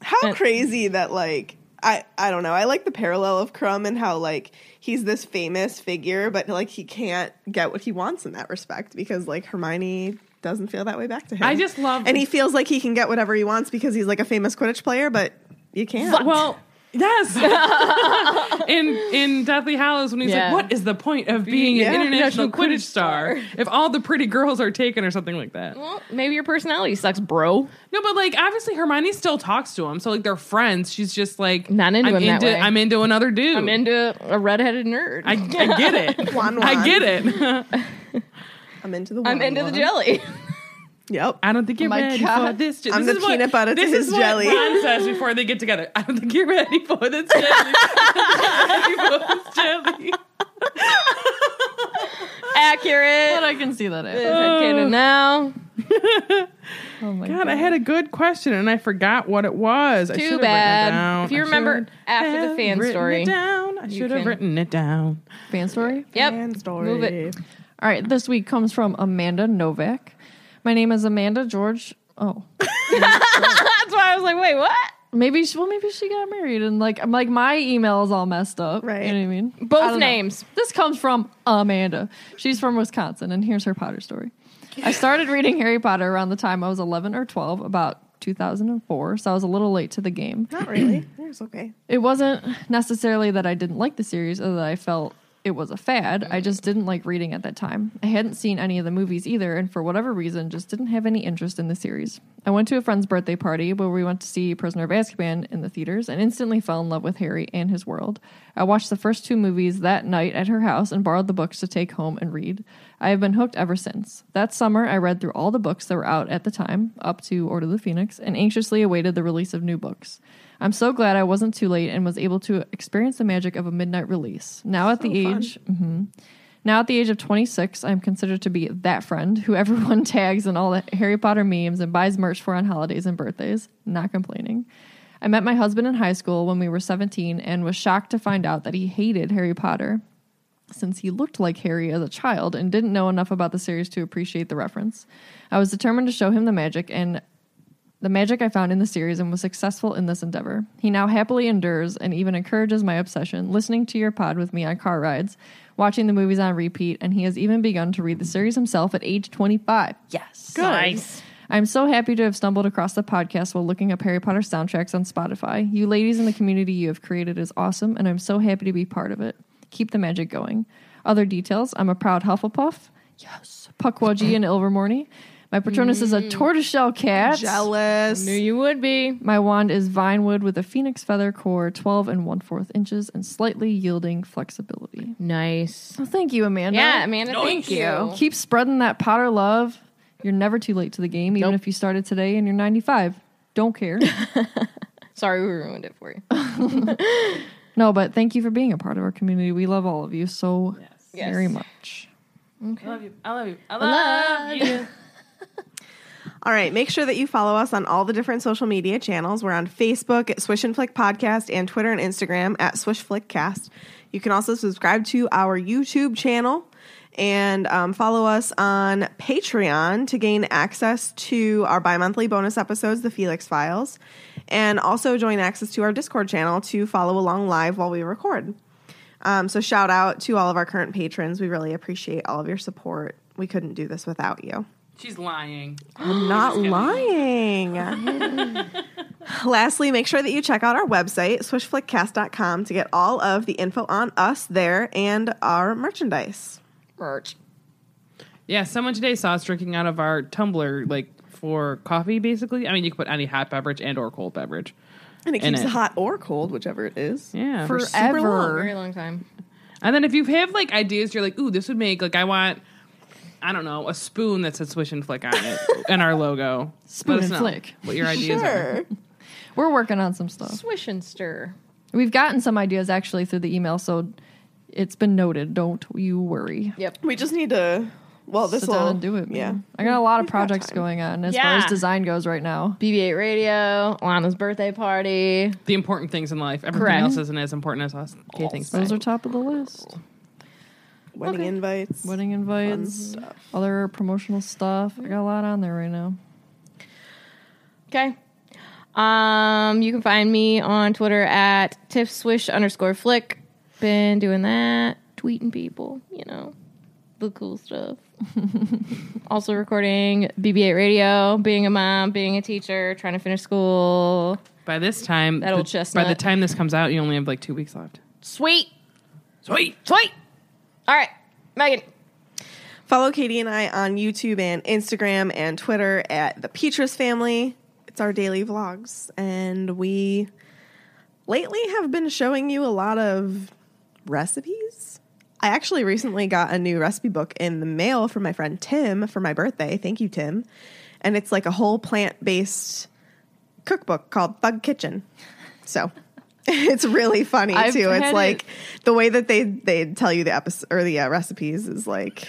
Speaker 4: How crazy that like I I don't know. I like the parallel of Crumb and how like he's this famous figure, but like he can't get what he wants in that respect because like Hermione doesn't feel that way back to him.
Speaker 2: I just love-
Speaker 4: and he feels like he can get whatever he wants because he's like a famous Quidditch player, but you can't.
Speaker 2: Well, yes. in in Deathly Hallows, when he's
Speaker 7: Yeah.
Speaker 2: like, "What is the point of being
Speaker 4: Yeah.
Speaker 2: an international Quidditch star if all the pretty girls are taken or something like that?"
Speaker 7: Well, maybe your personality sucks, bro.
Speaker 2: No, but like obviously Hermione still talks to him, so like they're friends. She's just like
Speaker 7: Not into
Speaker 2: I'm
Speaker 7: him that
Speaker 2: into
Speaker 7: way.
Speaker 2: I'm into another dude.
Speaker 7: I'm into a redheaded nerd.
Speaker 2: I, I get it.
Speaker 4: Juan
Speaker 2: I
Speaker 4: Juan.
Speaker 2: get it.
Speaker 4: I'm into the.
Speaker 7: I'm
Speaker 4: Juan
Speaker 7: into the
Speaker 4: Juan.
Speaker 7: jelly.
Speaker 4: Yep.
Speaker 2: I don't think you're
Speaker 5: my
Speaker 2: ready
Speaker 5: God.
Speaker 2: for this. J-
Speaker 4: I'm
Speaker 2: this
Speaker 4: the
Speaker 2: is what-
Speaker 4: peanut butter to
Speaker 2: this
Speaker 4: his
Speaker 2: is what
Speaker 4: jelly.
Speaker 2: Ron says before they get together. I don't think you're ready for this jelly. I don't think you're ready for this jelly.
Speaker 5: But
Speaker 7: Accurate.
Speaker 5: I can see that.
Speaker 7: Is
Speaker 5: Happening.
Speaker 7: that canon now.
Speaker 5: Oh my
Speaker 2: God, I had a good question and I forgot what it was. I
Speaker 7: Too
Speaker 2: should have written it
Speaker 7: bad.
Speaker 2: down.
Speaker 7: If you
Speaker 2: I
Speaker 7: remember
Speaker 2: should
Speaker 7: after the
Speaker 2: have
Speaker 7: fan
Speaker 2: written
Speaker 7: story,
Speaker 2: it down. I should have
Speaker 7: can-
Speaker 2: written it down.
Speaker 5: fan story.
Speaker 7: Yep.
Speaker 4: And story.
Speaker 7: Move it.
Speaker 5: All right, this week comes from Amanda Novak. My name is Amanda George. Oh,
Speaker 7: That's why I was like, wait, what?
Speaker 5: maybe she. Well, maybe she got married, and like, I'm like, my email is all messed up.
Speaker 4: Right.
Speaker 5: You know what I mean? I
Speaker 7: Both
Speaker 5: don't know.
Speaker 7: names.
Speaker 5: This comes from Amanda. She's from Wisconsin, and here's her Potter story. I started reading Harry Potter around the time I was 11 or 12, about 2004, so I was a little late to the game.
Speaker 4: Not really. It's okay.
Speaker 5: It wasn't necessarily that I didn't like the series or that I felt it was a fad. I just didn't like reading at that time. I hadn't seen any of the movies either, and for whatever reason, just didn't have any interest in the series. I went to a friend's birthday party where we went to see Prisoner of Azkaban in the theaters and instantly fell in love with Harry and his world. I watched the first two movies that night at her house and borrowed the books to take home and read. I have been hooked ever since. That summer, I read through all the books that were out at the time, up to Order of the Phoenix, and anxiously awaited the release of new books. I'm so glad I wasn't too late and was able to experience the magic of a midnight release. Now at the age, Mhm. now at the age of 26, I'm considered to be that friend who everyone tags in all the Harry Potter memes and buys merch for on holidays and birthdays. Not complaining. I met my husband in high school when we were 17 and was shocked to find out that he hated Harry Potter since he looked like Harry as a child and didn't know enough about the series to appreciate the reference. I was determined to show him the magic and the magic I found in the series and was successful in this endeavor. He now happily endures and even encourages my obsession, listening to your pod with me on car rides, watching the movies on repeat, and he has even begun to read the series himself at age 25. Yes. Good. I'm so happy to have stumbled across the podcast while looking up Harry Potter soundtracks on Spotify. You ladies in the community you have created is awesome, and I'm so happy to be part of it. Keep the magic going. Other details I'm a proud Hufflepuff. Yes. Puckwudgie and Ilvermorny. My Patronus is a tortoiseshell cat.
Speaker 4: Jealous.
Speaker 7: Knew you would be.
Speaker 5: My wand is vinewood with a phoenix feather core, 12 and 1 4 inches, and slightly yielding flexibility.
Speaker 7: Nice.
Speaker 5: Well, thank you, Amanda.
Speaker 7: Yeah, Amanda, thank you.
Speaker 5: Keep spreading that Potter love. You're never too late to the game, even if you started today and you're 95. Don't care.
Speaker 7: Sorry we ruined it for you.
Speaker 5: no, but thank you for being a part of our community. We love all of you so very
Speaker 7: Yes.
Speaker 5: much.
Speaker 4: All right, make sure that you follow us on all the different social media channels. We're on Facebook at Swish and Flick Podcast and Twitter and Instagram at Swish Flick Cast. You can also subscribe to our YouTube channel and um, follow us on Patreon to gain access to our bi monthly bonus episodes, The Felix Files, and also join access to our Discord channel to follow along live while we record. Um, so, shout out to all of our current patrons. We really appreciate all of your support. We couldn't do this without you.
Speaker 2: She's lying.
Speaker 4: I'm not lying. Lastly, make sure that you check out our website, swishflickcast.com, to get all of the info on us there and our merchandise.
Speaker 7: Merch.
Speaker 2: Yeah, someone today saw us drinking out of our tumbler, like for coffee, basically. I mean, you could put any hot beverage and or cold beverage.
Speaker 4: And it
Speaker 2: In
Speaker 4: keeps
Speaker 2: it.
Speaker 4: it hot or cold, whichever it is.
Speaker 2: Yeah, for s-
Speaker 5: Forever.
Speaker 7: Very long time.
Speaker 2: and then if you have like ideas, you're like, ooh, this would make like I want, I don't know, a spoon that says Swish and Flick on it and our logo.
Speaker 5: Spoon
Speaker 2: Let us
Speaker 5: and
Speaker 2: know
Speaker 5: Flick.
Speaker 2: What your ideas are?
Speaker 4: Sure.
Speaker 5: We're working on some stuff.
Speaker 7: Swish and stir.
Speaker 5: We've gotten some ideas actually through the email, so it's been noted. Don't you worry.
Speaker 4: We just need to, well, this
Speaker 5: Sit
Speaker 4: will
Speaker 5: down and do it. man.
Speaker 4: Yeah.
Speaker 5: I got a lot of
Speaker 4: We've got
Speaker 5: projects
Speaker 4: time.
Speaker 5: going on as far
Speaker 7: Yeah.
Speaker 5: as design goes right now.
Speaker 7: BB8 Radio, Lana's birthday party.
Speaker 2: The important things in life. Everything
Speaker 7: Correct.
Speaker 2: else isn't as important as us. Okay, thanks.
Speaker 5: Those are top of the list.
Speaker 4: Wedding invites.
Speaker 5: Wedding invites, other promotional stuff. I got a lot on there right now.
Speaker 1: Okay. Um, you can find me on Twitter at tiffswish underscore flick. Been doing that, tweeting people, you know, the cool stuff. also recording BB8 radio, being a mom, being a teacher, trying to finish school.
Speaker 2: By this time,
Speaker 1: That old
Speaker 2: the-
Speaker 1: chestnut.
Speaker 2: By the time this comes out, you only have like two weeks left.
Speaker 1: Sweet,
Speaker 2: Sweet.
Speaker 1: sweet. All right, Megan.
Speaker 4: Follow Katie and I on YouTube and Instagram and Twitter at the Petrus Family. It's our daily vlogs, and we lately have been showing you a lot of recipes. I actually recently got a new recipe book in the mail from my friend Tim for my birthday. Thank you, Tim. And it's like a whole plant based cookbook called Thug Kitchen. So it's really funny
Speaker 5: I've
Speaker 4: too.
Speaker 5: had
Speaker 4: It's
Speaker 5: it.
Speaker 4: like the way that they they tell you the episode or the uh, recipes is like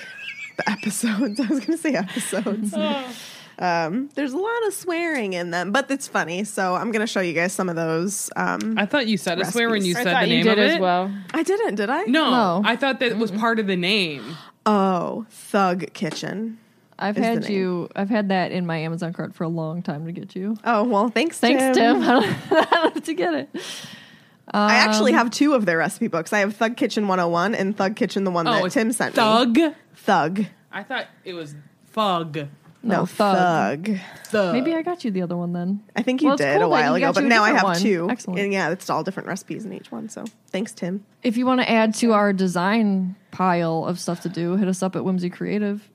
Speaker 4: the episodes. I was going to say episodes.
Speaker 5: Oh.
Speaker 4: Um, there's a lot of swearing in them, but it's funny. So I'm going to show you guys some of those. Um,
Speaker 2: I thought you said a swear when you
Speaker 4: Recipes. I
Speaker 2: said the name of it.
Speaker 1: well.
Speaker 4: I didn't, did I?
Speaker 2: No,
Speaker 5: No.
Speaker 2: I thought that was part of the name.
Speaker 4: Oh, Thug Kitchen.
Speaker 5: I've
Speaker 4: the
Speaker 5: had
Speaker 4: name.
Speaker 5: you. I've had that in my Amazon cart for a long time to get you.
Speaker 4: Oh well, thanks.
Speaker 5: Thanks, Tim. I don't have to get it.
Speaker 4: I actually
Speaker 5: Um,
Speaker 4: have two of their recipe books. I have Thug Kitchen 101 and Thug Kitchen, the one that
Speaker 2: Oh, it's
Speaker 4: Tim sent me.
Speaker 2: thug.
Speaker 4: Thug.
Speaker 5: Oh,
Speaker 2: I thought it was fug.
Speaker 4: No,
Speaker 5: Thug.
Speaker 4: thug.
Speaker 2: Thug.
Speaker 5: Maybe I got you the other one then.
Speaker 4: Uh, I think you
Speaker 5: Well, it's
Speaker 4: did
Speaker 5: cool
Speaker 4: a
Speaker 5: that
Speaker 4: while
Speaker 5: you
Speaker 4: ago,
Speaker 5: got
Speaker 4: but
Speaker 5: you a
Speaker 4: now I have
Speaker 5: different one.
Speaker 4: two.
Speaker 5: Excellent.
Speaker 4: And yeah, it's all different recipes in each one. So thanks, Tim.
Speaker 5: If you want to add to our design pile of stuff to do, hit us up at Whimsy Creative.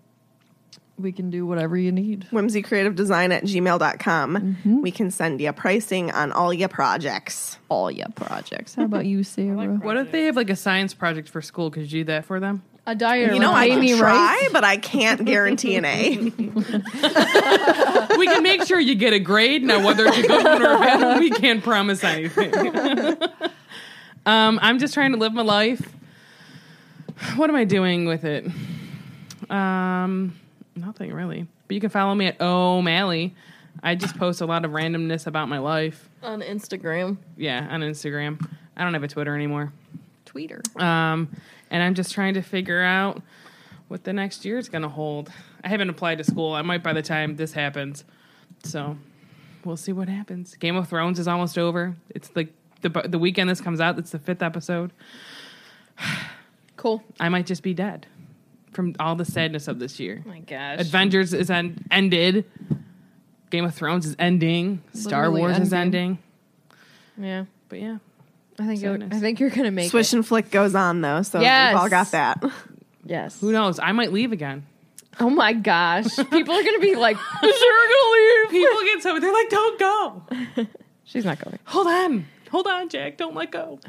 Speaker 5: We can do whatever you need.
Speaker 4: Whimsycreativedesign at gmail.com.
Speaker 5: Mm-hmm.
Speaker 4: We can send you pricing on all your projects.
Speaker 5: All your projects. How about you, Sarah?
Speaker 2: What if they have like a science project for school? Could you do that for them?
Speaker 5: a diary.
Speaker 4: You know, I can try, but I can't guarantee an A.
Speaker 2: we can make sure you get a grade. Now, whether it's a good one or a bad one, we can't promise anything. um, I'm just trying to live my life. What am I doing with it? Um, nothing really. But you can follow me at O'Malley. I just post a lot of randomness about my life.
Speaker 7: on Instagram.
Speaker 2: Yeah, on Instagram. I don't have a Twitter anymore.
Speaker 5: Tweeter.
Speaker 1: Oh
Speaker 2: Um, and I'm just trying to figure out what the next year is going to hold. I haven't applied to school. I might by the time this happens. So we'll see what happens. Game of Thrones is almost over. It's like the, the, the weekend this comes out, it's the fifth episode.
Speaker 1: Cool.
Speaker 2: I might just be dead from all the sadness of this year.
Speaker 1: my gosh.
Speaker 2: Avengers is en- ended. Game of Thrones is ending. Star
Speaker 5: Literally
Speaker 2: Wars is
Speaker 5: ending.
Speaker 2: ending.
Speaker 1: yeah,
Speaker 2: But yeah,
Speaker 1: I think you're,
Speaker 2: Sadness.
Speaker 1: I think you're gonna make
Speaker 4: Swish
Speaker 1: it.
Speaker 4: and flick goes on, though. So
Speaker 1: Yes.
Speaker 4: we've all got that.
Speaker 1: Yes.
Speaker 2: who knows? I might leave again.
Speaker 1: Oh my gosh, people are gonna be like, "Sure, gonna leave."
Speaker 2: People get so they're like, don't go.
Speaker 1: She's not going.
Speaker 2: Hold on. Hold on, Jack. Don't let go.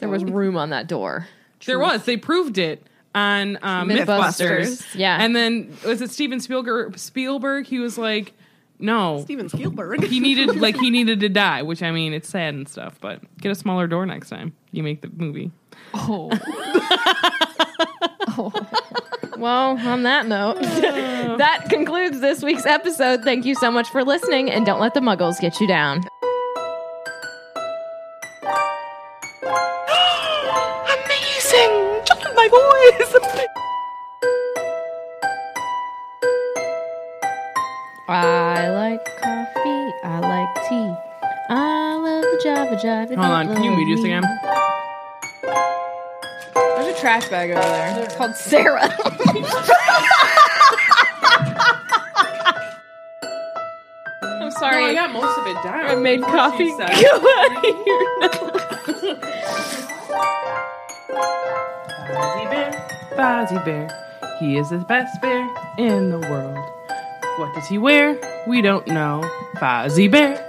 Speaker 1: There was room on that door.
Speaker 2: There was. They proved it on um, Mythbusters.
Speaker 1: Mythbusters. Yeah.
Speaker 2: And then was it Steven Spielberg? Spielberg. He was like, no.
Speaker 4: Steven Spielberg.
Speaker 2: He needed like he needed to die, which I mean it's sad and stuff, but get a smaller door next time you make the movie.
Speaker 5: Oh.
Speaker 1: Well, on that note, that concludes this week's episode. Thank you so much for listening, and don't let the muggles get you down. I like coffee. I like tea. I love the Java Jive.
Speaker 2: Hold on, can you mute this again?
Speaker 1: There's a trash bag over there. It's called Sarah. I'm sorry. I
Speaker 2: got most of it down.
Speaker 1: made coffee. Go
Speaker 2: said.
Speaker 1: out of here.
Speaker 2: Fozzie Bear, Fozzie Bear, he is the best bear in the world. What does he wear? We don't know. Fozzie Bear.